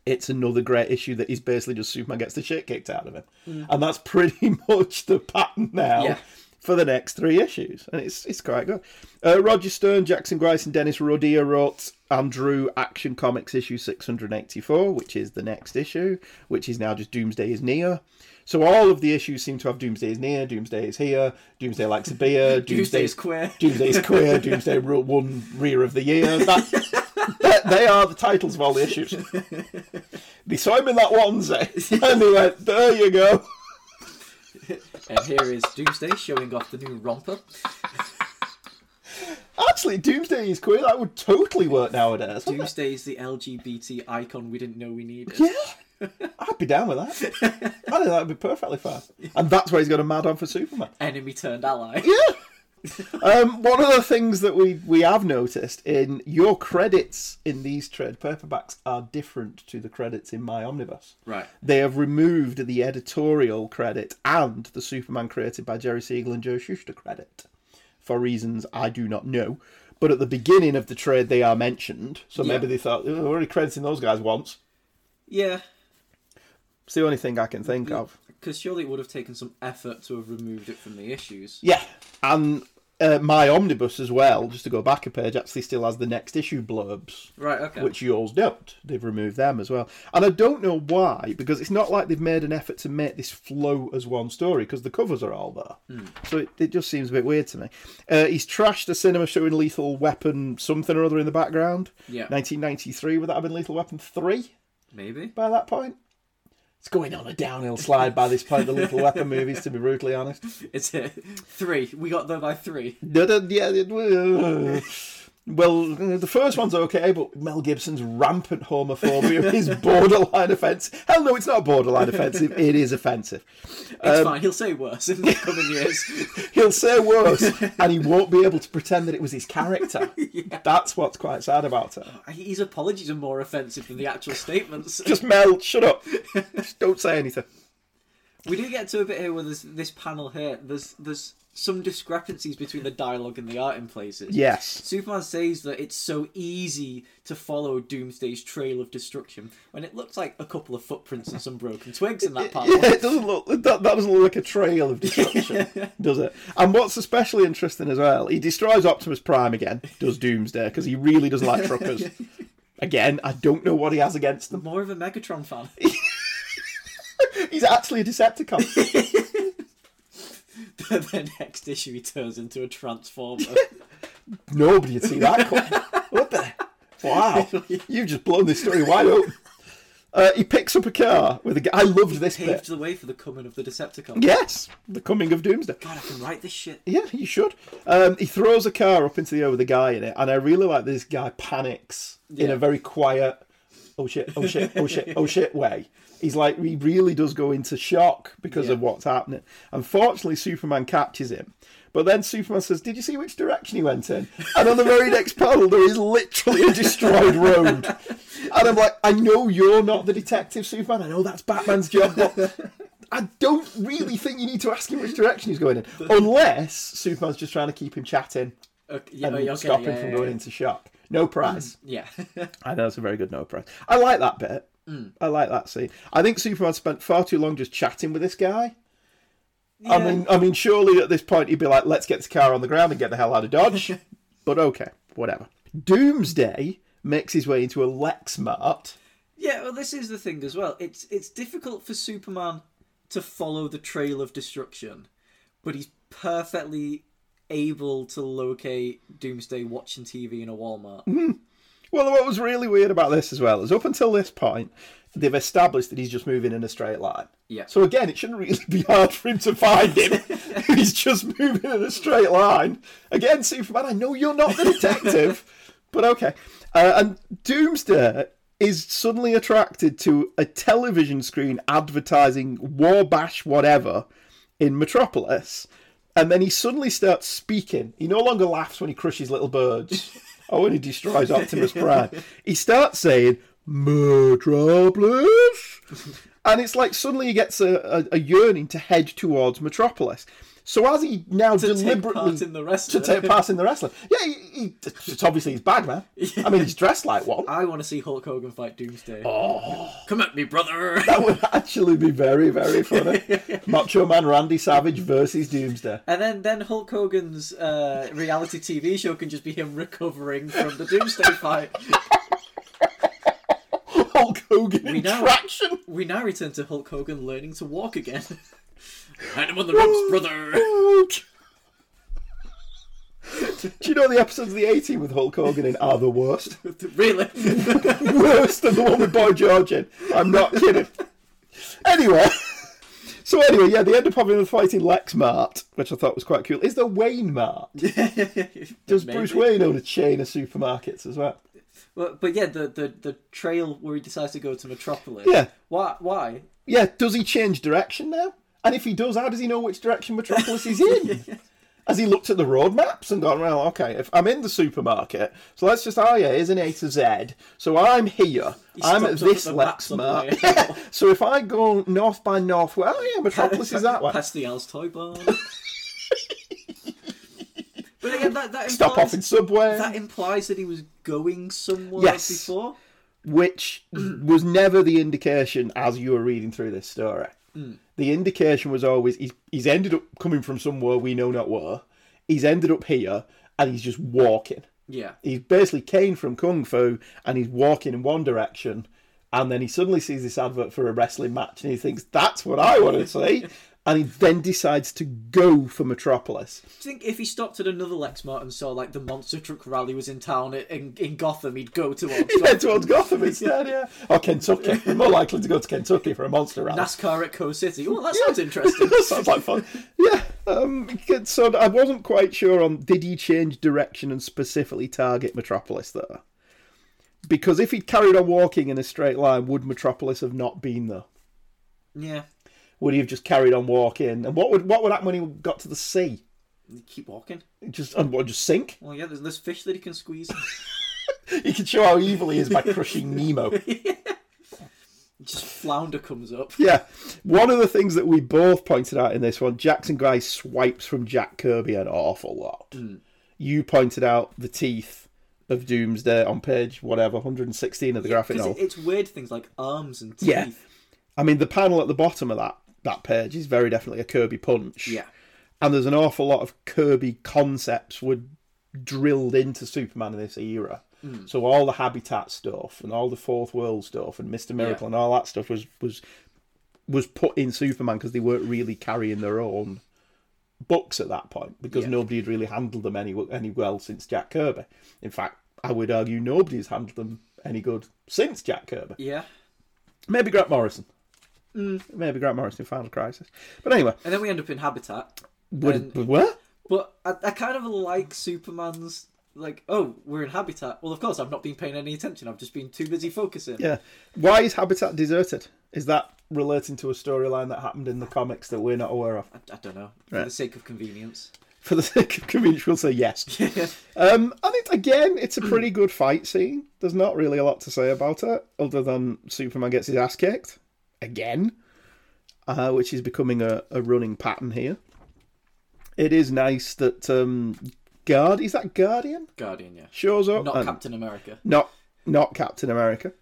Speaker 4: it's another great issue that is basically just Superman gets the shit kicked out of him, and that's pretty much the pattern now
Speaker 5: Yeah.
Speaker 4: for the next three issues, and it's it's quite good. Uh, Roger Stern, Jackson Grice, and Dennis Rodia wrote and drew Action Comics issue six hundred eighty four, which is the next issue, which is now just Doomsday is near. So all of the issues seem to have Doomsday is near, Doomsday is here, Doomsday likes a beer,
Speaker 5: Doomsday is queer.
Speaker 4: Doomsday's queer, Doomsday ru- won rear of the year. That, that- they are the titles of all the issues. They saw him in that onesie, and they went, "There you go."
Speaker 5: And here is Doomsday showing off the new romper.
Speaker 4: Actually, Doomsday is queer. That would totally work nowadays. wouldn't it?
Speaker 5: Doomsday is the LGBT icon we didn't know we needed.
Speaker 4: Yeah, I'd be down with that. I think that would be perfectly fine. And that's where he's got a mad on for Superman.
Speaker 5: Enemy turned ally.
Speaker 4: Um, one of the things that we, we have noticed in your credits in these trade paperbacks are different to the credits in my omnibus.
Speaker 5: Right.
Speaker 4: They have removed the editorial credit and the Superman created by Jerry Siegel and Joe Shuster credit for reasons I do not know. But at the beginning of the trade, they are mentioned. So maybe
Speaker 5: Yeah.
Speaker 4: they thought, "Oh, we're already crediting those guys once.
Speaker 5: Yeah,
Speaker 4: It's the only thing I can think of.
Speaker 5: because surely it would have taken some effort to have removed it from the issues.
Speaker 4: Yeah, and uh, my omnibus as well. Just to go back a page, actually still has the next issue blurbs,
Speaker 5: Right, okay.
Speaker 4: which yours don't. They've removed them as well, and I don't know why because it's not like they've made an effort to make this flow as one story because the covers are all there. So it, it just seems a bit weird to me. Uh, he's trashed the cinema showing Lethal Weapon something or other in the background.
Speaker 5: Yeah.
Speaker 4: 1993. Would that have been Lethal Weapon three?
Speaker 5: Maybe.
Speaker 4: by that point. It's going on a downhill slide by this point, the Lethal Weapon movies, to be brutally honest.
Speaker 5: It's it. Three. We got there by three.
Speaker 4: No, no, yeah, it- uh, well, the first one's okay, but Mel Gibson's rampant homophobia is borderline offensive. Hell no, it's not borderline offensive. It is offensive. Um,
Speaker 5: It's fine. He'll say worse in the coming years.
Speaker 4: He'll say worse, and he won't be able to pretend that it was his character. That's what's quite sad about it.
Speaker 5: His apologies are more offensive than the actual statements.
Speaker 4: Just Mel, shut up. Just don't say anything.
Speaker 5: We do get to a bit here where there's this panel here. There's there's some discrepancies between the dialogue and the art in places.
Speaker 4: Yes.
Speaker 5: Superman says that it's so easy to follow Doomsday's trail of destruction when it looks like a couple of footprints and some broken twigs in that panel.
Speaker 4: Yeah, it doesn't look that, that doesn't look like a trail of destruction, does it? And what's especially interesting as well, he destroys Optimus Prime again, does Doomsday because he really doesn't like truckers. Again, I don't know what he has against them.
Speaker 5: More of a Megatron fan.
Speaker 4: He's actually a Decepticon.
Speaker 5: the next issue, he turns into a transformer.
Speaker 4: Nobody would see that coming. What the? Wow, you've just blown this story wide open. Uh, he picks up a car with a. g- I loved this
Speaker 5: Paved
Speaker 4: bit.
Speaker 5: the way for the coming of the Decepticons.
Speaker 4: Yes, the coming of Doomsday.
Speaker 5: God, I can write this shit.
Speaker 4: Yeah, you should. Um, he throws a car up into the air with a guy in it, and I really like that this guy panics in
Speaker 5: Yeah.
Speaker 4: a very quiet, oh shit, oh shit, oh shit, oh shit way. He's like, he really does go into shock because of
Speaker 5: Yeah.
Speaker 4: what's happening. Unfortunately, Superman catches him. But then Superman says, Did you see which direction he went in? And on the very next panel, there is literally a destroyed road. And I'm like, I know you're not the detective, Superman. I know that's Batman's job, but I don't really think you need to ask him which direction he's going in. Unless Superman's just trying to keep him chatting
Speaker 5: Okay, Oh, yeah,
Speaker 4: and
Speaker 5: okay,
Speaker 4: stop
Speaker 5: yeah,
Speaker 4: him from
Speaker 5: yeah, Hmm.
Speaker 4: going into shock. No prize.
Speaker 5: yeah. Yeah.
Speaker 4: I know it's a very good no prize. I like that bit.
Speaker 5: Hmm.
Speaker 4: I like that scene. I think Superman spent far too long just chatting with this guy. I mean, I mean, surely at this point he'd be like, "Let's get this car on the ground and get the hell out of Dodge." but okay, whatever. Doomsday makes his way into a Lexmart.
Speaker 5: Yeah, well, this is the thing as well. It's it's difficult for Superman to follow the trail of destruction, but he's perfectly able to locate Doomsday watching TV in a Walmart.
Speaker 4: Well, what was really weird about this as well is up until this point, they've established that he's just moving in a straight line.
Speaker 5: Yeah.
Speaker 4: So again, it shouldn't really be hard for him to find him. he's just moving in a straight line. Again, Superman, I know you're not the detective, but okay. Uh, and Doomsday is suddenly attracted to a television screen advertising Warbash whatever in Metropolis. And then he suddenly starts speaking. He no longer laughs when he crushes little birds or when he destroys Optimus Prime. He starts saying, Metropolis! And it's like suddenly he gets a, a, a yearning to head towards Metropolis. So as he now
Speaker 5: To take
Speaker 4: deliberately
Speaker 5: part in the rest
Speaker 4: to
Speaker 5: of it.
Speaker 4: take part in the wrestling, yeah, he, he, it's obviously he's Bagman. I mean, he's dressed like one.
Speaker 5: I want to see Hulk Hogan fight Doomsday. Oh. Come at me, brother!
Speaker 4: That would actually be very, very funny. Macho Man Randy Savage versus Doomsday.
Speaker 5: And then, then Hulk Hogan's uh, reality TV show can just be him recovering from the Doomsday fight.
Speaker 4: Hulk Hogan in
Speaker 5: know.
Speaker 4: traction.
Speaker 5: We now return to Hulk Hogan learning to walk again. And him on the ropes, brother!
Speaker 4: Ouch. Do you know the episodes of the 80 with Hulk Hogan in are the worst?
Speaker 5: really?
Speaker 4: worse than the one with Boy George in. I'm not kidding. Anyway, so anyway, yeah, they end up having a fight in Lexmart, which I thought was quite cool. Is there Wayne Mart? Does Bruce
Speaker 5: Maybe.
Speaker 4: Wayne own a chain of supermarkets as well?
Speaker 5: But, but yeah, the, the, the trail where he decides to go to Metropolis.
Speaker 4: Yeah.
Speaker 5: Why? Why?
Speaker 4: Yeah, does he change direction now? And if he does, how does he know which direction Metropolis is in? Has he looked at the road maps and gone, well, okay, if I'm in the supermarket, so let's just, oh yeah, here's an A to Z. So I'm here. I'm at
Speaker 5: stopped up at
Speaker 4: this
Speaker 5: the maps on the way
Speaker 4: Lexmark. so if I go north by north, well, yeah, Metropolis is that way.
Speaker 5: Past the Al's Toy Barn. but again, that, that, implies,
Speaker 4: Stop off in Subway,
Speaker 5: that implies that he was going somewhere
Speaker 4: Yes.
Speaker 5: before.
Speaker 4: which was never the indication as you were reading through this story. The indication was always he's, he's ended up coming from somewhere we know not where. He's ended up here and he's just walking.
Speaker 5: Yeah.
Speaker 4: He's basically Kane from Kung Fu and he's walking in one direction. And then he suddenly sees this advert for a wrestling match and he thinks, that's what I want to see. and he then decides to go for Metropolis.
Speaker 5: Do you think if he stopped at another Lexmart and saw like the monster truck rally was in town i- in, in Gotham, he'd go to one.
Speaker 4: He went towards Gotham instead, yeah. Or Kentucky. We're more likely to go to Kentucky for a monster rally.
Speaker 5: NASCAR at Co City. Oh, that sounds interesting.
Speaker 4: that sounds like fun. Yeah. Um, so I wasn't quite sure on did he change direction and specifically target Metropolis though, because if he'd carried on walking in a straight line, would Metropolis have not been there?
Speaker 5: yeah.
Speaker 4: Would he have just carried on walking? And what would what would happen when he got to the sea?
Speaker 5: Keep walking.
Speaker 4: Just and what, just sink?
Speaker 5: Well, yeah, there's, there's fish that he can squeeze.
Speaker 4: He can show how evil he is by crushing Nemo.
Speaker 5: Just flounder comes up.
Speaker 4: Yeah. One of the things that we both pointed out in this one, Jackson Guy swipes from Jack Kirby an awful lot.
Speaker 5: Hmm.
Speaker 4: You pointed out the teeth of Doomsday on page whatever, 116 of the graphic
Speaker 5: Because
Speaker 4: novel.
Speaker 5: it, it's weird things like arms and teeth.
Speaker 4: Yeah. I mean, the panel at the bottom of that, that page is very definitely a Kirby punch.
Speaker 5: Yeah.
Speaker 4: And there's an awful lot of Kirby concepts were drilled into Superman in this era.
Speaker 5: Hmm.
Speaker 4: So all the habitat stuff and all the fourth world stuff and Mister Miracle
Speaker 5: Yeah.
Speaker 4: and all that stuff was was was put in Superman because they weren't really carrying their own books at that point because
Speaker 5: Yeah.
Speaker 4: nobody had really handled them any any well since Jack Kirby. In fact, I would argue nobody's handled them any good since Jack Kirby.
Speaker 5: Yeah.
Speaker 4: Maybe Grant Morrison.
Speaker 5: Hmm.
Speaker 4: Maybe Grant Morrison in Final Crisis. But anyway,
Speaker 5: And then we end up in Habitat.
Speaker 4: would,
Speaker 5: And-
Speaker 4: would- what?
Speaker 5: But I, I kind of like Superman's like, oh, we're in Habitat. Well, of course, I've not been paying any attention. I've just been too busy focusing.
Speaker 4: Yeah. Why is Habitat deserted? Is that relating to a storyline that happened in the comics that we're not aware of?
Speaker 5: I, I don't know. For
Speaker 4: Right.
Speaker 5: the sake of convenience.
Speaker 4: For the sake of convenience, we'll say yes. um, I think again, it's a pretty good fight scene. There's not really a lot to say about it, other than Superman gets his ass kicked again, uh, which is becoming a, a running pattern here. It is nice that um, guard is that Guardian
Speaker 5: Guardian, yeah.
Speaker 4: shows up.
Speaker 5: Not
Speaker 4: and-
Speaker 5: Captain America.
Speaker 4: not not Captain America,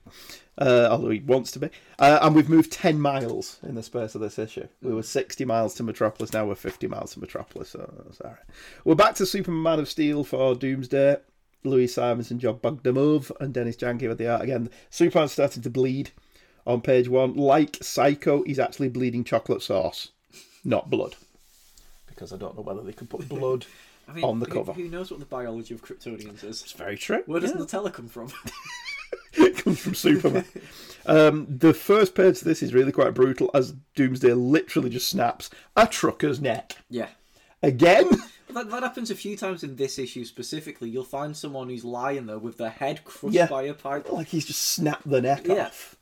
Speaker 4: uh, although he wants to be. Uh, and we've moved ten miles in the space of this issue. We were sixty miles to Metropolis. Now we're fifty miles to Metropolis. So that's all right. We're back to Superman of Steel for Doomsday. Louis Simonson, John Bogdanov, and Dennis Janke with the art again. Superman's starting to bleed on page one. Like Psycho, he's actually bleeding chocolate sauce, not blood. Because I don't know whether they could put blood.
Speaker 5: I mean,
Speaker 4: On the
Speaker 5: who,
Speaker 4: cover.
Speaker 5: Who knows what the biology of Kryptonians is?
Speaker 4: Very true.
Speaker 5: Where does the teller come from?
Speaker 4: it comes from Superman. um, the first page of this is really quite brutal as Doomsday literally just snaps a trucker's neck.
Speaker 5: yeah.
Speaker 4: Again?
Speaker 5: That, that happens a few times in this issue specifically. You'll find someone who's lying there with their head crushed
Speaker 4: Yeah.
Speaker 5: by a pipe.
Speaker 4: like he's just snapped the neck
Speaker 5: Yeah.
Speaker 4: off.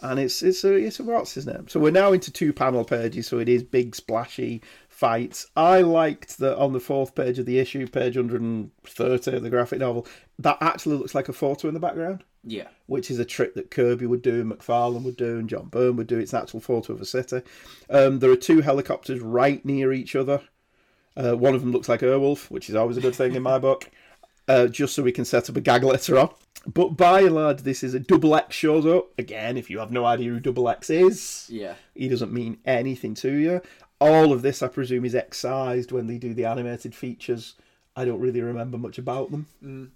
Speaker 4: And it's it's a it's a what's his name. So we're now into two panel pages, so it is big splashy fights. I liked that on the fourth page of the issue, page hundred and thirty of the graphic novel, that actually looks like a photo in the background.
Speaker 5: Yeah.
Speaker 4: which is a trick that Kirby would do, and McFarlane would do, and John Byrne would do. It's an actual photo of a city. Um, there are two helicopters right near each other. Uh, one of them looks like Erwolf, which is always a good thing in my book, uh, just so we can set up a gag later on. But by and large, this is a double X shows up. Again, if you have no idea who double X is,
Speaker 5: Yeah.
Speaker 4: he doesn't mean anything to you. All of this, I presume, is excised when they do the animated features. I don't really remember much about them.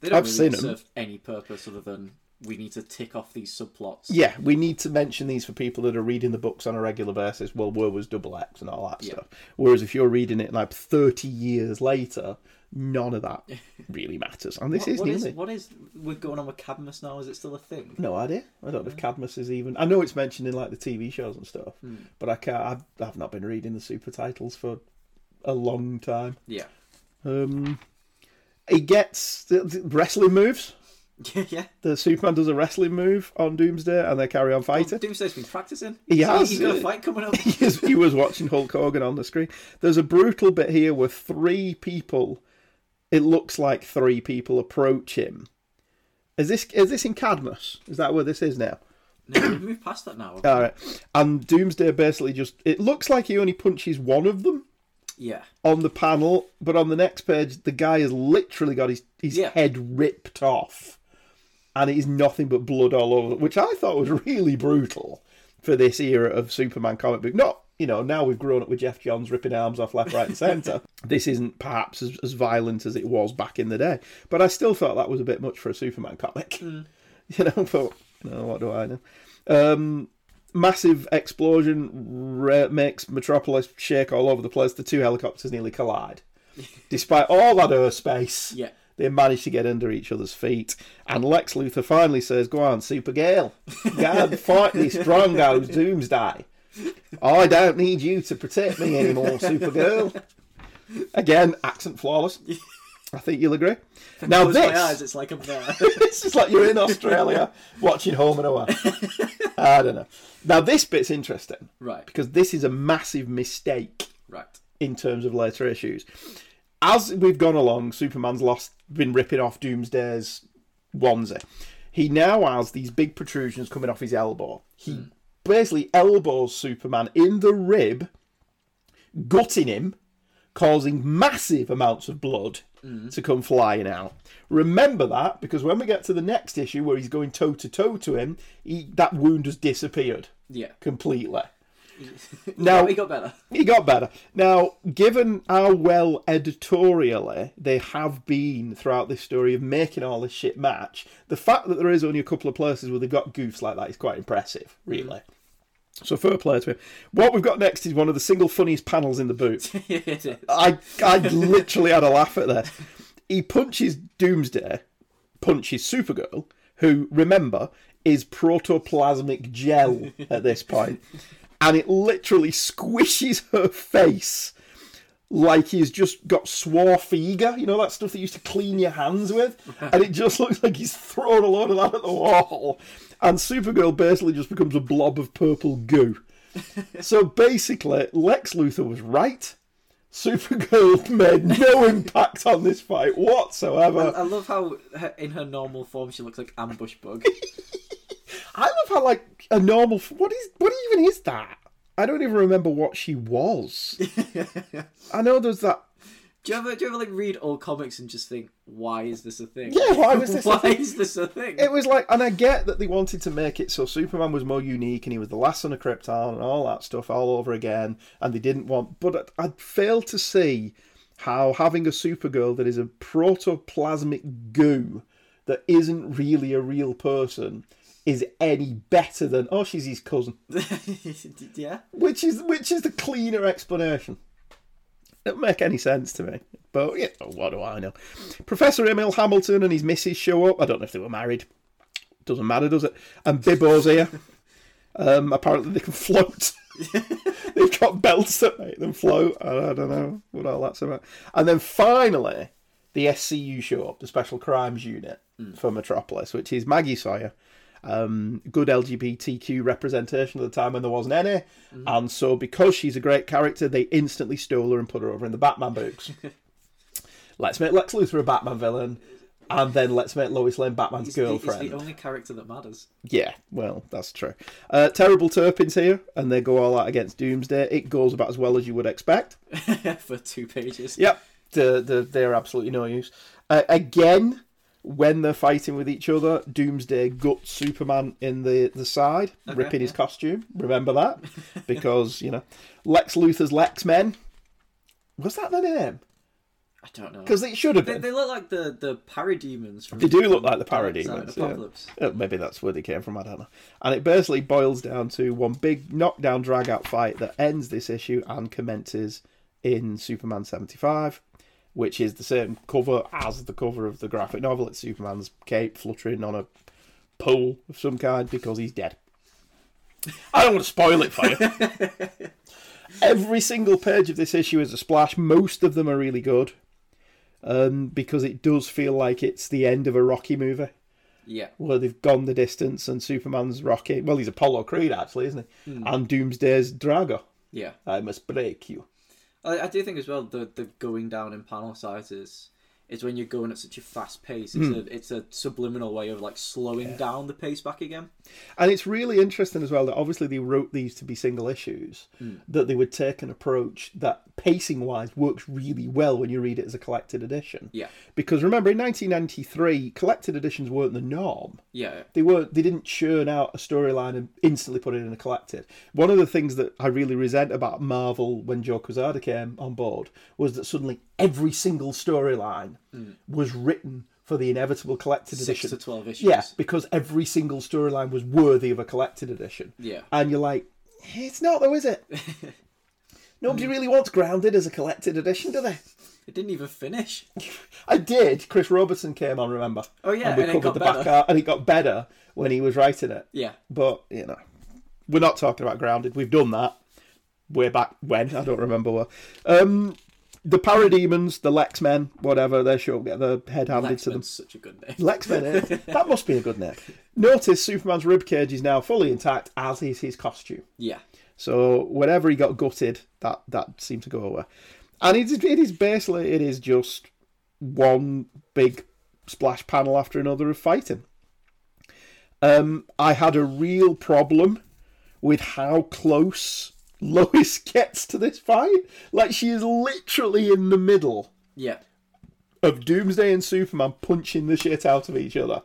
Speaker 5: They don't
Speaker 4: I've
Speaker 5: really
Speaker 4: seen 'em.
Speaker 5: serve any purpose other than we need to tick off these subplots.
Speaker 4: Yeah, we need to mention these for people that are reading the books on a regular basis. Well, where was double X and all that
Speaker 5: Yeah.
Speaker 4: stuff? Whereas if you're reading it like 30 years later, none of that really matters. And this
Speaker 5: What-
Speaker 4: is
Speaker 5: what,
Speaker 4: nearly.
Speaker 5: is, what is we're going on with Cadmus now? Is it still a thing?
Speaker 4: No idea. I don't know if Cadmus is even. I know it's mentioned in like the TV shows and stuff,
Speaker 5: Hmm.
Speaker 4: but I can't. I've, I've not been reading the super titles for a long time.
Speaker 5: Yeah.
Speaker 4: Um, he gets the- the wrestling moves.
Speaker 5: Yeah, yeah.
Speaker 4: The Superman does a wrestling move on Doomsday, and they carry on fighting.
Speaker 5: Doomsday's been practicing.
Speaker 4: He
Speaker 5: He's-
Speaker 4: has,
Speaker 5: He's got a
Speaker 4: yeah.
Speaker 5: fight coming up.
Speaker 4: he is- he was watching Hulk Hogan on the screen. There's a brutal bit here where three people, it looks like three people approach him. Is this is this in Cadmus? Is that where this is now?
Speaker 5: no, we've moved past that now.
Speaker 4: All right. And Doomsday basically just it looks like he only punches one of them
Speaker 5: yeah.
Speaker 4: on the panel, but on the next page the guy has literally got his his
Speaker 5: Yeah.
Speaker 4: head ripped off, and it is nothing but blood all over, which I thought was really brutal for this era of Superman comic book. Not you know now we've grown up with Jeff Johns ripping arms off left, right, and centre. this isn't perhaps as, as violent as it was back in the day, but I still thought that was a bit much for a Superman comic. You know, but you know what do I know? Um, massive explosion ra- makes Metropolis shake all over the place. The two helicopters nearly collide. Despite all that air space,
Speaker 5: Yeah.
Speaker 4: they manage to get under each other's feet. And Lex Luthor finally says, Go on, Super Gale. Go and fight this Drongo's doomsday. I don't need you to protect me anymore, Supergirl. Again, accent flawless. I think you'll agree. Now
Speaker 5: Close
Speaker 4: this,
Speaker 5: my eyes, it's like I'm there.
Speaker 4: it's just like you're in Australia watching Home and Away. I don't know. Now this bit's interesting
Speaker 5: right.
Speaker 4: because this is a massive mistake
Speaker 5: Right.
Speaker 4: in terms of later issues. As we've gone along, Superman's lost, been ripping off Doomsday's onesie. He now has these big protrusions coming off his elbow. He basically elbows Superman in the rib, gutting him, causing massive amounts of blood to come flying out. Remember that because when we get to the next issue where he's going toe to toe to him, he, that wound has disappeared
Speaker 5: Yeah.
Speaker 4: completely. Now
Speaker 5: He got better.
Speaker 4: he got better. Now, given how well editorially they have been throughout this story of making all this shit match, the fact that there is only a couple of places where they've got goofs like that is quite impressive, really. So fair play to him. What we've got next is one of the single funniest panels in the book.
Speaker 5: It is.
Speaker 4: I I literally had a laugh at this. He punches Doomsday, punches Supergirl, who remember is protoplasmic gel at this point, and it literally squishes her face like he's just got swarfiga, you know that stuff that you used to clean your hands with, and it just looks like he's thrown a load of that at the wall, and Supergirl basically just becomes a blob of purple goo. so basically, Lex Luthor was right. Supergirl made no impact on this fight whatsoever.
Speaker 5: I love how her, in her normal form she looks like ambush bug.
Speaker 4: I love how like a normal what is what even is that? I don't even remember what she was. I know there's that.
Speaker 5: do you ever do you ever like read old comics and just think why is this a thing?
Speaker 4: Yeah, why was this? a
Speaker 5: why
Speaker 4: thing?
Speaker 5: is this a thing?
Speaker 4: It was like, and I get that they wanted to make it so Superman was more unique and he was the last son of Krypton and all that stuff all over again, and they didn't want. But I, I fail to see how having a Supergirl that is a protoplasmic goo that isn't really a real person is any better than oh she's his cousin
Speaker 5: yeah,
Speaker 4: which is which is the cleaner explanation. It don't make any sense to me, but you know, what do I know? Professor Emil Hamilton and his missus show up. I don't know if they were married. Doesn't matter, does it? And Bibbo's here. Um, apparently they can float. They've got belts that make them float. I, I don't know what all that's about. And then finally, the SCU show up, the Special Crimes Unit
Speaker 5: Hmm.
Speaker 4: for Metropolis, which is Maggie Sawyer um, good LGBTQ representation at the time when there wasn't any.
Speaker 5: Mm-hmm.
Speaker 4: And so, because she's a great character, they instantly stole her and put her over in the Batman books. let's make Lex Luthor a Batman villain, and then let's make Lois Lane Batman's
Speaker 5: he's, the- he's
Speaker 4: girlfriend.
Speaker 5: the only character that matters.
Speaker 4: Yeah, well, that's true. Uh, terrible Turpin's here, and they go all out against Doomsday. It goes about as well as you would expect.
Speaker 5: for two pages.
Speaker 4: Yep, the, the, they're absolutely no use. Uh, again, when they're fighting with each other, Doomsday guts Superman in the, the side, ripping his costume. Remember that? Because, you know, Lex Luthor's Lex Men. Was that their name?
Speaker 5: I don't know.
Speaker 4: Because it should have
Speaker 5: They,
Speaker 4: been.
Speaker 5: they look like the the parademons. From
Speaker 4: They do look like the
Speaker 5: Dark Side
Speaker 4: parademons. Yeah.
Speaker 5: Apocalypse.
Speaker 4: Uh, Maybe that's where they came from, I don't know. And it basically boils down to one big knockdown, drag out fight that ends this issue and commences in Superman 75, which is the same cover as the cover of the graphic novel. It's Superman's cape fluttering on a pole of some kind because he's dead. I don't want to spoil it for you. Every single page of this issue is a splash. Most of them are really good um, because it does feel like it's the end of a Rocky movie
Speaker 5: Yeah.
Speaker 4: where they've gone the distance and Superman's Rocket. Well, he's Apollo Creed, actually, isn't he? And Doomsday's Drago.
Speaker 5: Yeah.
Speaker 4: I must break you.
Speaker 5: I, I do think as well the the going down in panel sizes is when you're going at such a fast pace.
Speaker 4: Hmm.
Speaker 5: It's a it's a subliminal way of like slowing down the pace back again.
Speaker 4: And it's really interesting as well that obviously they wrote these to be single issues, that they would take an approach that pacing wise works really well when you read it as a collected edition.
Speaker 5: Yeah.
Speaker 4: Because remember, in 1993, collected editions weren't the norm.
Speaker 5: Yeah.
Speaker 4: they weren't they didn't churn out a storyline and instantly put it in a collected. One of the things that I really resent about Marvel when Joe Quesada came on board was that suddenly every single storyline was written for the inevitable collected
Speaker 5: Mm. Six
Speaker 4: edition.
Speaker 5: to 12 issues.
Speaker 4: Yeah, because every single storyline was worthy of a collected edition.
Speaker 5: Yeah.
Speaker 4: And you're like, it's not though, is it? Nobody really wants Grounded as a collected edition, do they?
Speaker 5: It didn't even finish.
Speaker 4: I did. Chris Robertson came on, remember?
Speaker 5: Oh, yeah,
Speaker 4: and we
Speaker 5: and
Speaker 4: covered
Speaker 5: it got
Speaker 4: the back
Speaker 5: better.
Speaker 4: art, and it got better when he was writing it.
Speaker 5: Yeah.
Speaker 4: But you know, we're not talking about grounded. We've done that way back when. I don't remember where. Um, the parademons, the Lexmen, whatever, they sure get their head handed to them.
Speaker 5: Lexman's such a good name.
Speaker 4: Lexmen, eh? that must be a good name. Notice Superman's rib cage is now fully intact, as is his costume.
Speaker 5: Yeah.
Speaker 4: So whenever he got gutted, that that seemed to go away. And it is, it is basically it is just one big splash panel after another of fighting. Um, I had a real problem with how close Lois gets to this fight. Like she is literally in the middle
Speaker 5: Yeah.
Speaker 4: of Doomsday and Superman punching the shit out of each other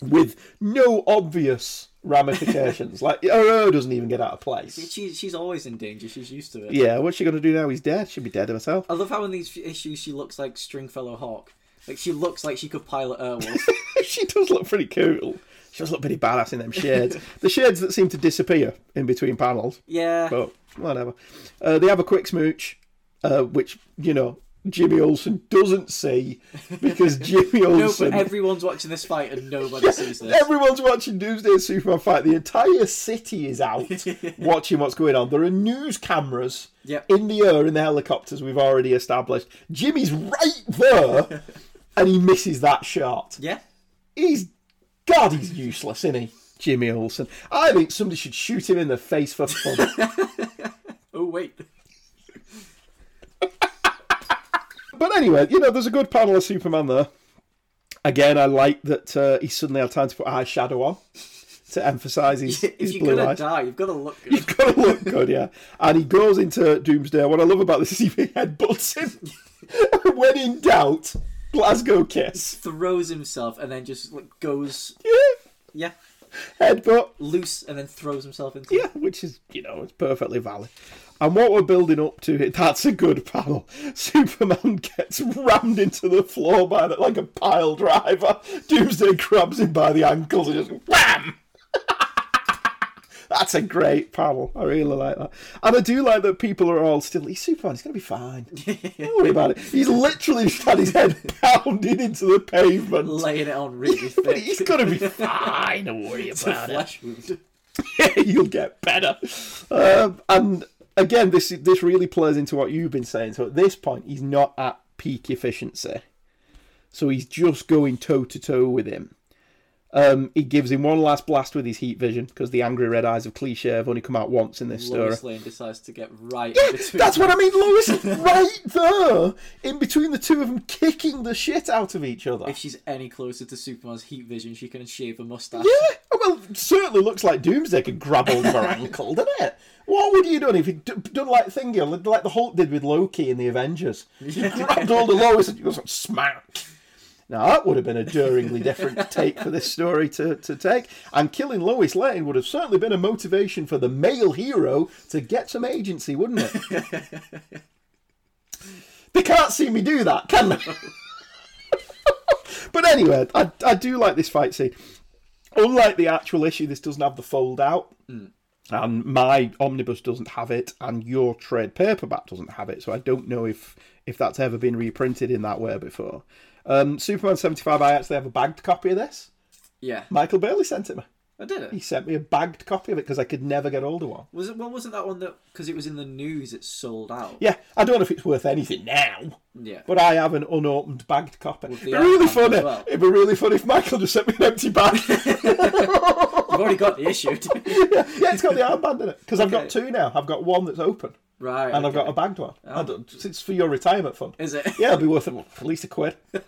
Speaker 4: with no obvious ramifications. like her arrow doesn't even get out of place.
Speaker 5: She, she's always in danger. She's used to it.
Speaker 4: Yeah, what's she gonna do now? He's dead. She'll be dead herself.
Speaker 5: I love how in these issues she looks like Stringfellow Hawk. Like she looks like she could pilot Airwolf.
Speaker 4: she does look pretty cool. She does look pretty badass in them shades. the shades that seem to disappear in between panels,
Speaker 5: yeah.
Speaker 4: but whatever. Uh, they have a quick smooch, uh, which you know Jimmy Olsen doesn't see because Jimmy
Speaker 5: No,
Speaker 4: Olsen.
Speaker 5: but everyone's watching this fight and nobody sees this.
Speaker 4: Everyone's watching Doomsday Superman fight. The entire city is out watching what's going on. There are news cameras
Speaker 5: Yep.
Speaker 4: in the air in the helicopters we've already established. Jimmy's right there and he misses that shot.
Speaker 5: yeah.
Speaker 4: He's God, he's useless, isn't he? Jimmy Olsen. I think somebody should shoot him in the face for fun.
Speaker 5: Oh wait.
Speaker 4: But anyway, you know, there's a good panel of Superman there. Again, I like that uh, he suddenly had time to put eyeshadow on to emphasise his,
Speaker 5: If
Speaker 4: his
Speaker 5: you're
Speaker 4: blue
Speaker 5: gonna
Speaker 4: eyes.
Speaker 5: die, you've got to look good.
Speaker 4: Gotta look good, yeah. And he goes into Doomsday. What I love about this is he headbutts him. when in doubt, Glasgow kiss.
Speaker 5: Throws himself and then just like, goes,
Speaker 4: Yeah,
Speaker 5: yeah,
Speaker 4: headbutt.
Speaker 5: loose and then throws himself into.
Speaker 4: Yeah, which is, you know, it's perfectly valid. And what we're building up to here, that's a good panel. Superman gets rammed into the floor by the, like a pile driver. Doomsday grabs him by the ankles and just wham! That's a great panel. I really like that. And I do like that people are all still, he's Superman, he's going to be fine. Don't worry about it. He's literally just had his head pounded into the pavement.
Speaker 5: Laying it on really
Speaker 4: But
Speaker 5: thick.
Speaker 4: he's going to be fine. Don't worry about it.
Speaker 5: Flesh wound.
Speaker 4: you'll get better. Um, and again, this this really plays into what you've been saying. So at this point, he's not at peak efficiency, so he's just going toe to toe with him. Um, he gives him one last blast with his heat vision because the angry red eyes of cliche have only come out once in this story.
Speaker 5: Lois Lane decides to get right in between.
Speaker 4: That's what I mean, Lois is right there in between the two of them, kicking the shit out of each other.
Speaker 5: If she's any closer to Superman's heat vision, she can shave a mustache.
Speaker 4: Yeah, well, certainly looks like Doomsday could grab hold of her ankle, doesn't it? What would you done if you done like Thingy, like- like the Hulk did with Loki in the Avengers? You grabbed hold of Lois and you go smack. Now that would have been a daringly different take for this story to, to take, and killing Lois Lane would have certainly been a motivation for the male hero to get some agency, wouldn't it? they can't see me do that, can they? but anyway, I, I do like this fight scene unlike the actual issue, this doesn't have the fold out.
Speaker 5: Hmm.
Speaker 4: And my omnibus doesn't have it, and your trade paperback doesn't have it, so I don't know if if that's ever been reprinted in that way before. Um, Superman seventy five. I actually have a bagged copy of this.
Speaker 5: Yeah.
Speaker 4: Michael Bailey sent it me.
Speaker 5: I did
Speaker 4: He
Speaker 5: it.
Speaker 4: sent me a bagged copy of it because I could never get hold of one.
Speaker 5: Was it? Well, wasn't that one that because it was in the news? It sold out.
Speaker 4: Yeah, I don't know if it's worth anything now,
Speaker 5: Yeah.
Speaker 4: but I have an unopened bagged copy. It'd
Speaker 5: the
Speaker 4: be really
Speaker 5: outcome
Speaker 4: funny.
Speaker 5: as well.
Speaker 4: It'd be really funny if Michael just sent me an empty bag.
Speaker 5: You've already got the issue.
Speaker 4: yeah, it's got the armband in it because I've got
Speaker 5: Okay.
Speaker 4: two now. I've got one that's open.
Speaker 5: right.
Speaker 4: and I've
Speaker 5: okay. Oh.
Speaker 4: got a bagged one. I don't, it's for your retirement fund.
Speaker 5: Is it?
Speaker 4: Yeah, it'll be worth at least a quid.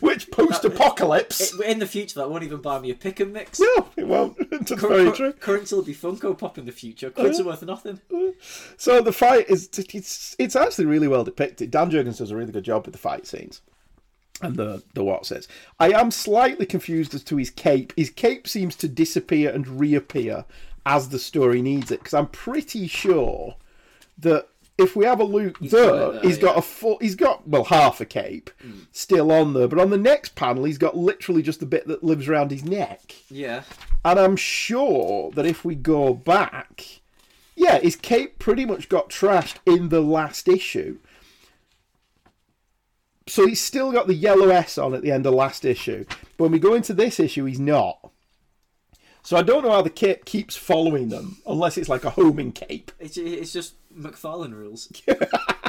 Speaker 4: Which post-apocalypse?
Speaker 5: It- in the future, that won't even buy me a pick and mix.
Speaker 4: no, it won't. It's very true.
Speaker 5: Currency will be Funko Pop in the future. Quids are worth nothing.
Speaker 4: So the fight is it's it's actually really well depicted. Dan Jurgens does a really good job with the fight scenes and the the what sets. I am slightly confused as to his cape. His cape seems to disappear and reappear as the story needs it because I'm pretty sure that if we have a look
Speaker 5: got
Speaker 4: there,
Speaker 5: it there,
Speaker 4: he's got
Speaker 5: yeah. Hmm.
Speaker 4: a full he's got well half a cape still on there, but on the next panel he's got literally just the bit that lives around his neck.
Speaker 5: Yeah.
Speaker 4: And I'm sure that if we go back, yeah, his cape pretty much got trashed in the last issue. So he's still got the yellow S on at the end of last issue. But when we go into this issue, he's not. So I don't know how the cape keeps following them, unless it's like a homing cape.
Speaker 5: It's, it's just McFarlane rules.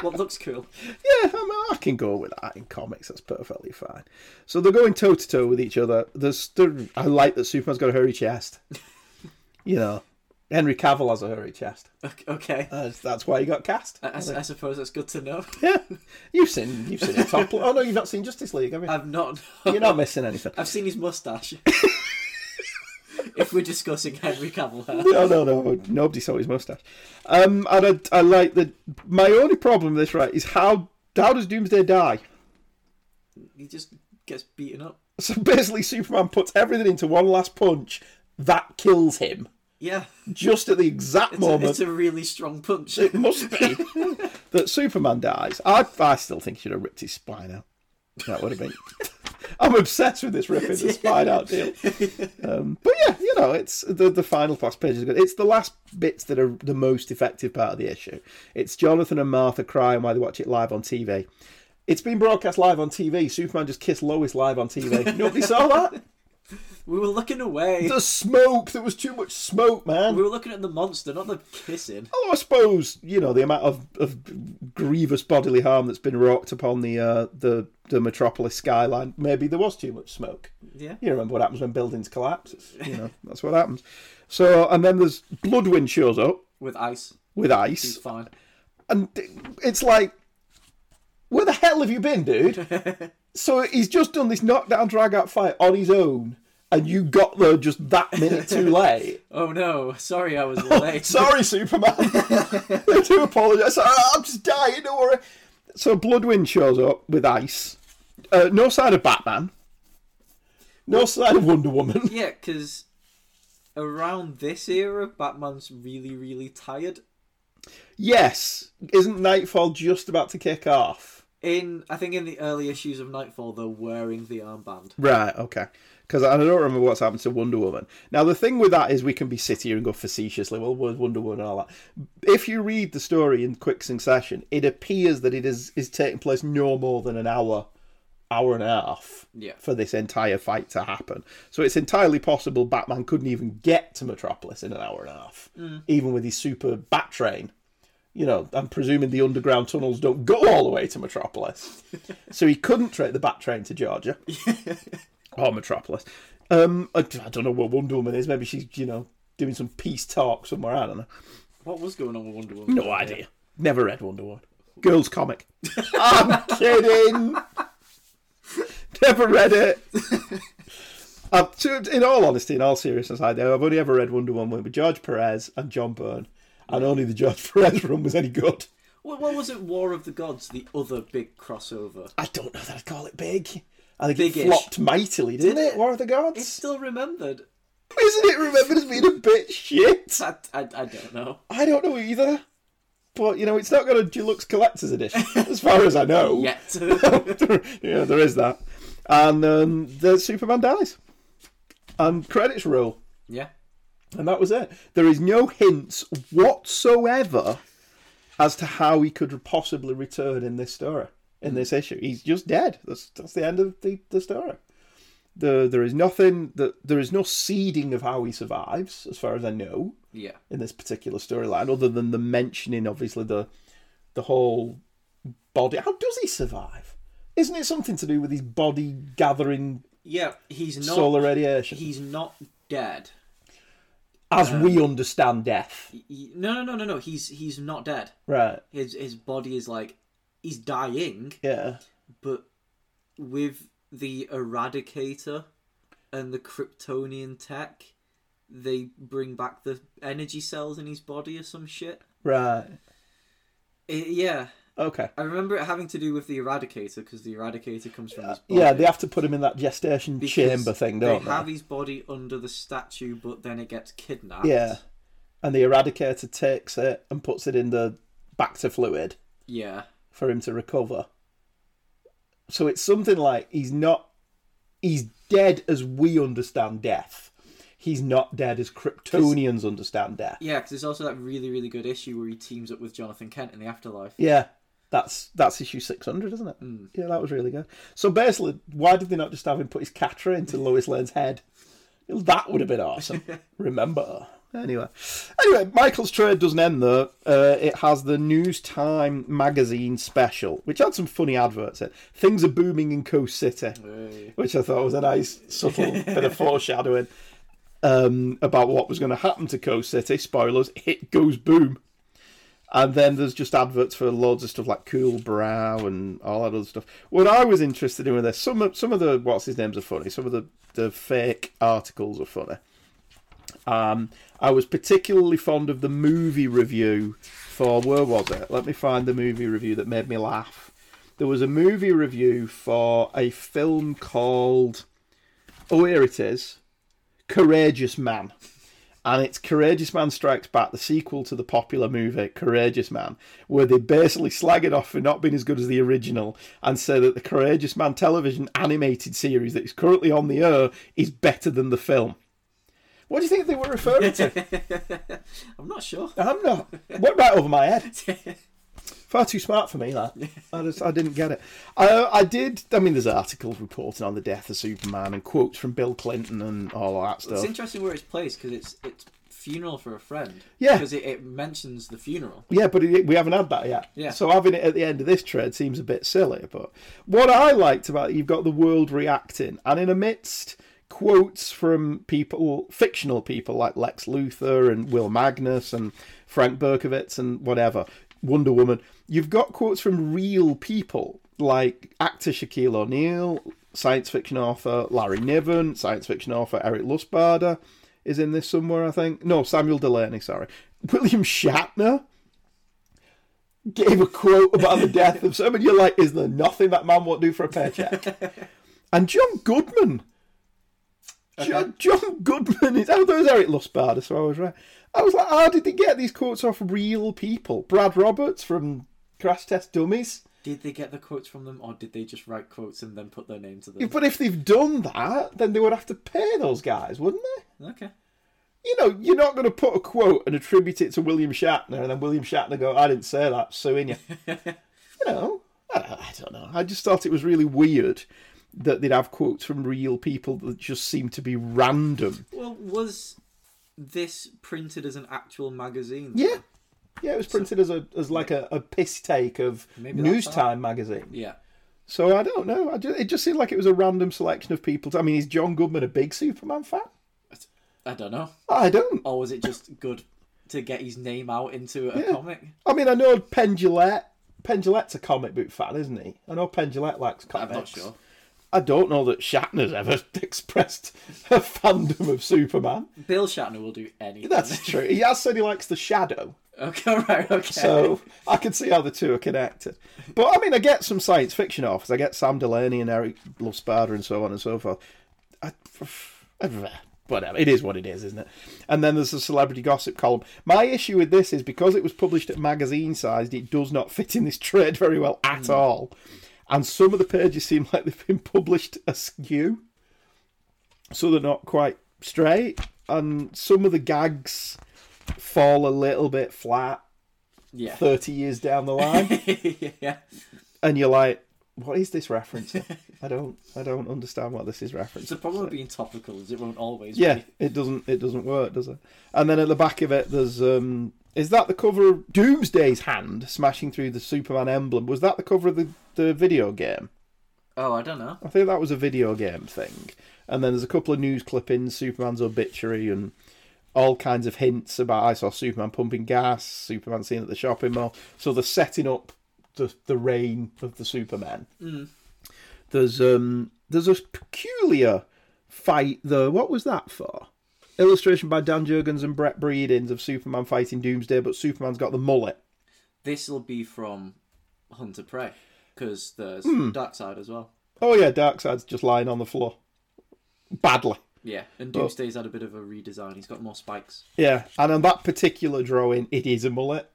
Speaker 5: what looks cool.
Speaker 4: Yeah, I, mean, I can go with that in comics. That's perfectly fine. So they're going toe to toe with each other. There's, there- I like that Superman's got a hairy chest. you know, Henry Cavill has a hairy chest.
Speaker 5: Ok- Okay.
Speaker 4: That's, that's why he got cast.
Speaker 5: I, I s- I suppose that's good to know.
Speaker 4: yeah, you've seen you've seen him top. Oh no, you've not seen Justice League, have you?
Speaker 5: I've not.
Speaker 4: You're not missing anything.
Speaker 5: I've seen his mustache. if we're discussing Henry Cavill, uh, hair.
Speaker 4: No, Oh, no, no. Nobody saw his mustache. Um, and I, I like that. My only problem with this, right, is how how does Doomsday die?
Speaker 5: he just gets beaten up.
Speaker 4: So basically, Superman puts everything into one last punch that kills him.
Speaker 5: Yeah,
Speaker 4: just at the exact
Speaker 5: it's, a,
Speaker 4: moment
Speaker 5: it's a really strong punch.
Speaker 4: it must be that Superman dies. I, I still think he should have ripped his spine out. That would have been I'm obsessed with this ripping the spine out deal. Um, but yeah, you know, it's the the final last page is good. It's the last bits that are the most effective part of the issue. It's Jonathan and Martha crying while they watch it live on TV. It's been broadcast live on TV. Superman just kissed Lois live on TV. Nobody saw that.
Speaker 5: We were looking away.
Speaker 4: The smoke. There was too much smoke, man.
Speaker 5: We were looking at the monster, not the kissing.
Speaker 4: Although I suppose you know the amount of, of grievous bodily harm that's been wrought upon the uh, the the metropolis skyline. Maybe there was too much smoke.
Speaker 5: Yeah.
Speaker 4: You remember what happens when buildings collapse? It's, you know that's what happens. So and then there's Bloodwind shows up
Speaker 5: With ice.
Speaker 4: with
Speaker 5: It's
Speaker 4: ice,
Speaker 5: fine.
Speaker 4: and it's like, where the hell have you been, dude? so he's just done this knockdown drag out fight on his own, and you got there just that minute too late.
Speaker 5: Oh no, sorry I was late.
Speaker 4: Oh, Sorry, Superman. I do apologise. I- I'm just dying. Don't worry. So Bloodwind shows up with ice. Uh, no sign of Batman. No sign of Wonder Woman.
Speaker 5: Yeah, because around this era, Batman's really, really tired.
Speaker 4: Yes, isn't Nightfall just about to kick off?
Speaker 5: In I think in the early issues of Nightfall, they're wearing the armband.
Speaker 4: Right. Okay. Because I don't remember what's happened to Wonder Woman. Now the thing with that is we can be sit here and go facetiously, well, where's Wonder Woman and all that. If you read the story in quick succession, it appears that it is is taking place no more than an hour, hour and a half.
Speaker 5: Yeah.
Speaker 4: for this entire fight to happen. So it's entirely possible Batman couldn't even get to Metropolis in an hour and a half, even with his super bat train. You know, I'm presuming the underground tunnels don't go all the way to Metropolis. so he couldn't take the bat train to Georgia or Metropolis. Um, I, I don't know what Wonder Woman is. Maybe she's, you know, doing some peace talk somewhere. I don't know.
Speaker 5: What was going on with Wonder Woman?
Speaker 4: No idea. Never read Wonder Woman. Girls comic. I'm kidding. Never read it. I've, to- in all honesty, in all seriousness, I do. I've only ever read Wonder Woman with George Perez and John Byrne, and only the George Perez run was any good.
Speaker 5: What, what was it? War of the Gods, the other big crossover.
Speaker 4: I don't know that I'd call it big. I think
Speaker 5: Big-ish.
Speaker 4: it flopped mightily, didn't
Speaker 5: Did
Speaker 4: it?
Speaker 5: it?
Speaker 4: War of the Gods.
Speaker 5: It's still remembered.
Speaker 4: Isn't it remembered as being a bit shit?
Speaker 5: I, I, I don't know.
Speaker 4: I don't know either. But you know, it's not got a deluxe collector's edition, as far as I know.
Speaker 5: Yet.
Speaker 4: yeah, there is that. And um, the Superman dies. And credits roll.
Speaker 5: yeah.
Speaker 4: And that was it. There is no hints whatsoever as to how he could possibly return in this story, in this issue. He's just dead. That's, that's the end of the, the story. The, there is nothing, that there is no seeding of how he survives, as far as I know
Speaker 5: Yeah.
Speaker 4: in this particular storyline, other than the mentioning, obviously, the the whole body. How does he survive? Isn't it something to do with his body gathering
Speaker 5: Yeah. He's not.
Speaker 4: solar radiation?
Speaker 5: He's not dead.
Speaker 4: as we understand death.
Speaker 5: um, He- no, no, no, no, no. He's he's not dead.
Speaker 4: Right.
Speaker 5: His his body is like he's dying,
Speaker 4: Yeah.
Speaker 5: but with the eradicator and the Kryptonian tech, they bring back the energy cells in his body or some shit.
Speaker 4: Right.
Speaker 5: It, yeah,
Speaker 4: Okay.
Speaker 5: I remember it having to do with the eradicator because the eradicator comes from his body.
Speaker 4: Uh, Yeah, they have to put him in that gestation
Speaker 5: because
Speaker 4: chamber thing, don't
Speaker 5: they?
Speaker 4: they?
Speaker 5: have his body under the statue, but then it gets kidnapped.
Speaker 4: Yeah. And the eradicator takes it and puts it in the back to fluid.
Speaker 5: yeah.
Speaker 4: for him to recover. So it's something like he's not he's dead as we understand death. He's not dead as Kryptonians understand death.
Speaker 5: Yeah, because there's also that really, really good issue where he teams up with Jonathan Kent in the afterlife.
Speaker 4: Yeah. That's that's issue six hundred, isn't it? Yeah, that was really good. So basically, why did they not just have him put his catra into Lois Lane's head? That would have been awesome. Remember. Anyway, anyway, Michael's trade doesn't end though. Uh, it has the News Time magazine special, which had some funny adverts. in. things are booming in Coast City, which I thought was a nice subtle bit of foreshadowing um, about what was going to happen to Coast City. Spoilers: it goes boom. And then there's just adverts for loads of stuff like Cool Brow and all that other stuff. What I was interested in with this, some of, some of the what's his names are funny. Some of the, the fake articles are funny. Um, I was particularly fond of the movie review for where was it? Let me find the movie review that made me laugh. There was a movie review for a film called Oh, here it is, Courageous Man. and it's Courageous Man Strikes Back, the sequel to the popular movie Courageous Man, where they basically slag it off for not being as good as the original and say that the Courageous Man television animated series that is currently on the air is better than the film. What do you think they were referring to?
Speaker 5: I'm not sure.
Speaker 4: I'm not. Went right over my head. Far too smart for me, that. I just, I didn't get it. I, I did. I mean, there's articles reporting on the death of Superman and quotes from Bill Clinton and all that
Speaker 5: It's
Speaker 4: stuff.
Speaker 5: interesting where it's placed because it's it's funeral for a friend.
Speaker 4: Yeah.
Speaker 5: Because it, it mentions the funeral.
Speaker 4: Yeah, but it, we haven't had that yet.
Speaker 5: Yeah.
Speaker 4: So having it at the end of this trade seems a bit silly. But what I liked about it, you've got the world reacting, and in amidst quotes from people, fictional people like Lex Luthor and Will Magnus and Frank Berkowitz and whatever, Wonder Woman, you've got quotes from real people like actor Shaquille O'Neal, science fiction author Larry Niven, science fiction author Eric Lusbarder is in this somewhere, I think. No, Samuel Delaney, sorry. William Shatner gave a quote about the death of someone. You're like, is there nothing that man won't do for a paycheck? and John Goodman. John, John Goodman is. Oh, there was Eric Lusbarder, so I was right. I was like, how did they get these quotes off real people? Brad Roberts from Crash Test Dummies.
Speaker 5: Did they get the quotes from them, or did they just write quotes and then put their name to them?
Speaker 4: But if they've done that, then they would have to pay those guys, wouldn't they?
Speaker 5: Okay.
Speaker 4: You know, you're not going to put a quote and attribute it to William Shatner, and then William Shatner go, "I didn't say that," suing you. you know, I don't, I don't know. I just thought it was really weird that they'd have quotes from real people that just seem to be random.
Speaker 5: Well, was this printed as an actual magazine?
Speaker 4: Yeah, yeah, it was printed as a as like a, a piss take of
Speaker 5: Maybe
Speaker 4: News
Speaker 5: that's
Speaker 4: Time magazine.
Speaker 5: Yeah.
Speaker 4: So I don't know. I ju- it just seemed like it was a random selection of people. I mean, is John Goodman a big Superman fan?
Speaker 5: I don't know.
Speaker 4: I don't.
Speaker 5: Or was it just good to get his name out into a comic?
Speaker 4: I mean, I know Penn Jillette. Penn Jillette's a comic book fan, isn't he? I know Penn Jillette likes comics.
Speaker 5: I'm not sure.
Speaker 4: I don't know that Shatner's ever expressed a fandom of Superman.
Speaker 5: Bill Shatner will do anything.
Speaker 4: That's true. He has said he likes the shadow,
Speaker 5: okay. all Right. Okay.
Speaker 4: so I can see how the two are connected. But I mean, I get some science fiction authors. I get Sam Delaney and Eric Lusbarder and so on and so forth. I, whatever. It is what it is, isn't it? And then there's the celebrity gossip column. My issue with this is because it was published at magazine sized, it does not fit in this trade very well at all. And some of the pages seem like they've been published askew. So they're not quite straight. And some of the gags fall a little bit flat
Speaker 5: yeah.
Speaker 4: 30 years down the line
Speaker 5: yeah.
Speaker 4: and you're like what is this reference i don't i don't understand what this is referencing
Speaker 5: It's the problem with being topical is it won't always.
Speaker 4: yeah
Speaker 5: Be.
Speaker 4: it doesn't it doesn't work does it and then at the back of it there's um is that the cover of doomsday's hand smashing through the superman emblem was that the cover of the, the video game
Speaker 5: Oh, I don't know.
Speaker 4: i think that was a video game thing and then there's a couple of news clippings superman's obituary and all kinds of hints about i saw superman pumping gas superman seen at the shopping mall so they're setting up the, the reign of the superman there's um there's a peculiar fight though what was that for illustration by dan jurgens and brett breedings of superman fighting doomsday but superman's got the mullet
Speaker 5: This will be from Hunter Prey because there's
Speaker 4: Hmm.
Speaker 5: Dark Side as well.
Speaker 4: oh yeah darkseid's just lying on the floor badly
Speaker 5: Yeah, and Doomsday's had a bit of a redesign. He's got more spikes.
Speaker 4: yeah and on that particular drawing it is a mullet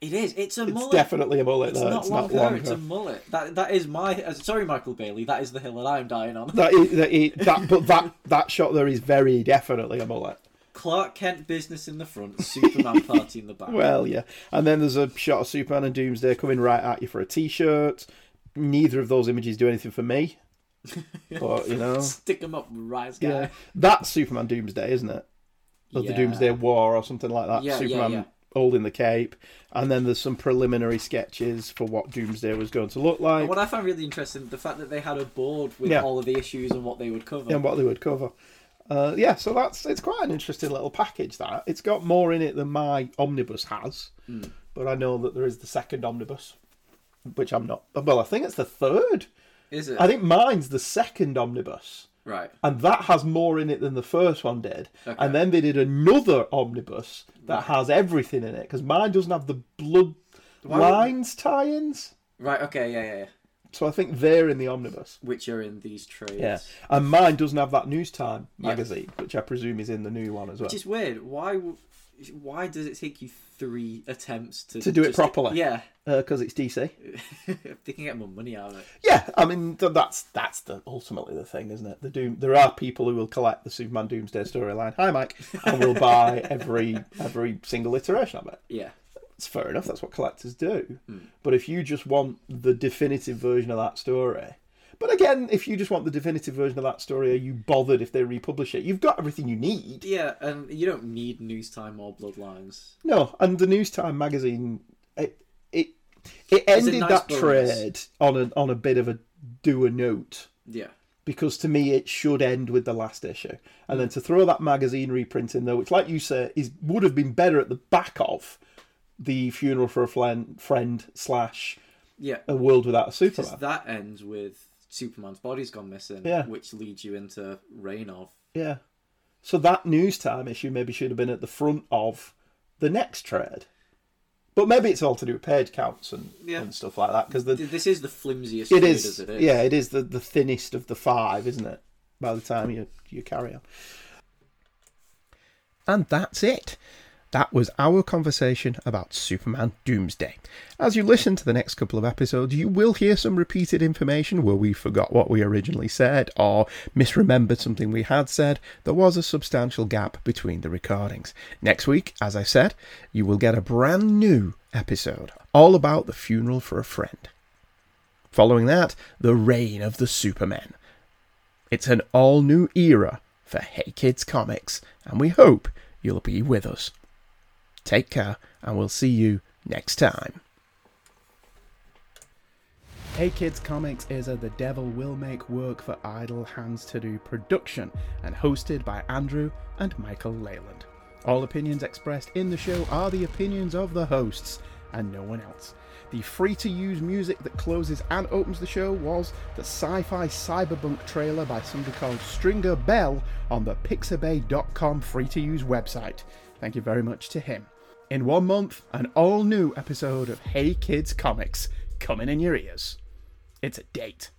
Speaker 5: It is. It's a
Speaker 4: it's
Speaker 5: mullet.
Speaker 4: definitely a mullet
Speaker 5: It's
Speaker 4: though
Speaker 5: not
Speaker 4: it's
Speaker 5: long
Speaker 4: not
Speaker 5: hair.
Speaker 4: long
Speaker 5: It's
Speaker 4: hair.
Speaker 5: a mullet. That that is my. uh, Sorry, Michael Bailey. That is the hill that I'm dying on.
Speaker 4: that, is, that, is, that but that that shot there is very definitely a mullet
Speaker 5: Clark Kent business in the front, Superman party in the back.
Speaker 4: Well, yeah. And then there's a shot of Superman and Doomsday coming right at you for a T-shirt. Neither of those images do anything for me. But you know,
Speaker 5: Stick 'em up, rise guy.
Speaker 4: yeah, that's Superman Doomsday, isn't it? Of the
Speaker 5: Yeah.
Speaker 4: Doomsday War or something like that.
Speaker 5: Yeah, yeah,
Speaker 4: Superman
Speaker 5: yeah.
Speaker 4: holding the cape, and then there's some preliminary sketches for what Doomsday was going to look like
Speaker 5: What I found really interesting, the fact that they had a board with
Speaker 4: Yeah.
Speaker 5: all of the issues and what they would cover.
Speaker 4: and what they would cover. Uh, yeah, so that's it's quite an interesting little package. That it's got more in it than my omnibus has,
Speaker 5: Hmm.
Speaker 4: but I know that there is the second omnibus, which I'm not. Well, I think it's the third.
Speaker 5: Is it
Speaker 4: I think mine's the second omnibus,
Speaker 5: right?
Speaker 4: and that has more in it than the first one did.
Speaker 5: Okay.
Speaker 4: And then they did another omnibus that has everything in it because mine doesn't have the blood
Speaker 5: Why would-
Speaker 4: lines tie-ins.
Speaker 5: Right. Okay. Yeah. Yeah. yeah.
Speaker 4: So I think they're in the omnibus.
Speaker 5: which are in these trades.
Speaker 4: Yeah. And mine doesn't have that News Time magazine, which I presume is in the new one as well.
Speaker 5: Which is weird. Why? w- Why does it take you three attempts to
Speaker 4: To do it
Speaker 5: just-
Speaker 4: properly.
Speaker 5: Yeah,
Speaker 4: Because Uh, it's DC.
Speaker 5: they can get more money out of it.
Speaker 4: Yeah, I mean th- that's that's the ultimately the thing, isn't it? The doom. There are people who will collect the Superman Doomsday storyline. Hi, Mike, and will buy every every single iteration of it.
Speaker 5: Yeah,
Speaker 4: It's fair enough. That's what collectors do. But if you just want the definitive version of that story, but again, if you just want the definitive version of that story, are you bothered if they republish it? You've got everything you need.
Speaker 5: yeah, and you don't need news time or bloodlines.
Speaker 4: No, and the News Time magazine, it it it ended
Speaker 5: nice
Speaker 4: that
Speaker 5: bonus.
Speaker 4: trade on a on a bit of a do a note.
Speaker 5: Yeah,
Speaker 4: because to me it should end with the last issue and
Speaker 5: Hmm.
Speaker 4: then to throw that magazine reprint in there which like you say is would have been better at the back of the funeral for a Flen- friend slash
Speaker 5: yeah.
Speaker 4: a world without a
Speaker 5: Because
Speaker 4: superman
Speaker 5: that ends with Superman's body's gone missing.
Speaker 4: Yeah.
Speaker 5: which leads you into Reign of.
Speaker 4: yeah so that news time issue maybe should have been at the front of the next trade but maybe it's all to do with page counts and,
Speaker 5: Yeah.
Speaker 4: and stuff like that because the,
Speaker 5: Th- This is the flimsiest.
Speaker 4: it
Speaker 5: trade
Speaker 4: is,
Speaker 5: As it is.
Speaker 4: yeah it is the, the thinnest of the five isn't it by the time you, you carry on
Speaker 3: And that's it. That was our conversation about Superman Doomsday. As you listen to the next couple of episodes, you will hear some repeated information where we forgot what we originally said or misremembered something we had said. There was a substantial gap between the recordings. Next week, as I said, you will get a brand new episode all about the funeral for a friend. Following that, the reign of the Superman. It's an all new era for Hey Kids Comics, and we hope you'll be with us. Take care, and we'll see you next time. Hey Kids Comics is a The Devil Will Make Work for Idle Hands to Do production and hosted by Andrew and Michael Leyland. All opinions expressed in the show are the opinions of the hosts and no one else. The free to use music that closes and opens the show was the sci fi cyberbunk trailer by somebody called Stringer Bell on the pixabay.com free to use website. Thank you very much to him. In one month, an all new episode of Hey Kids Comics coming in your ears. It's a date.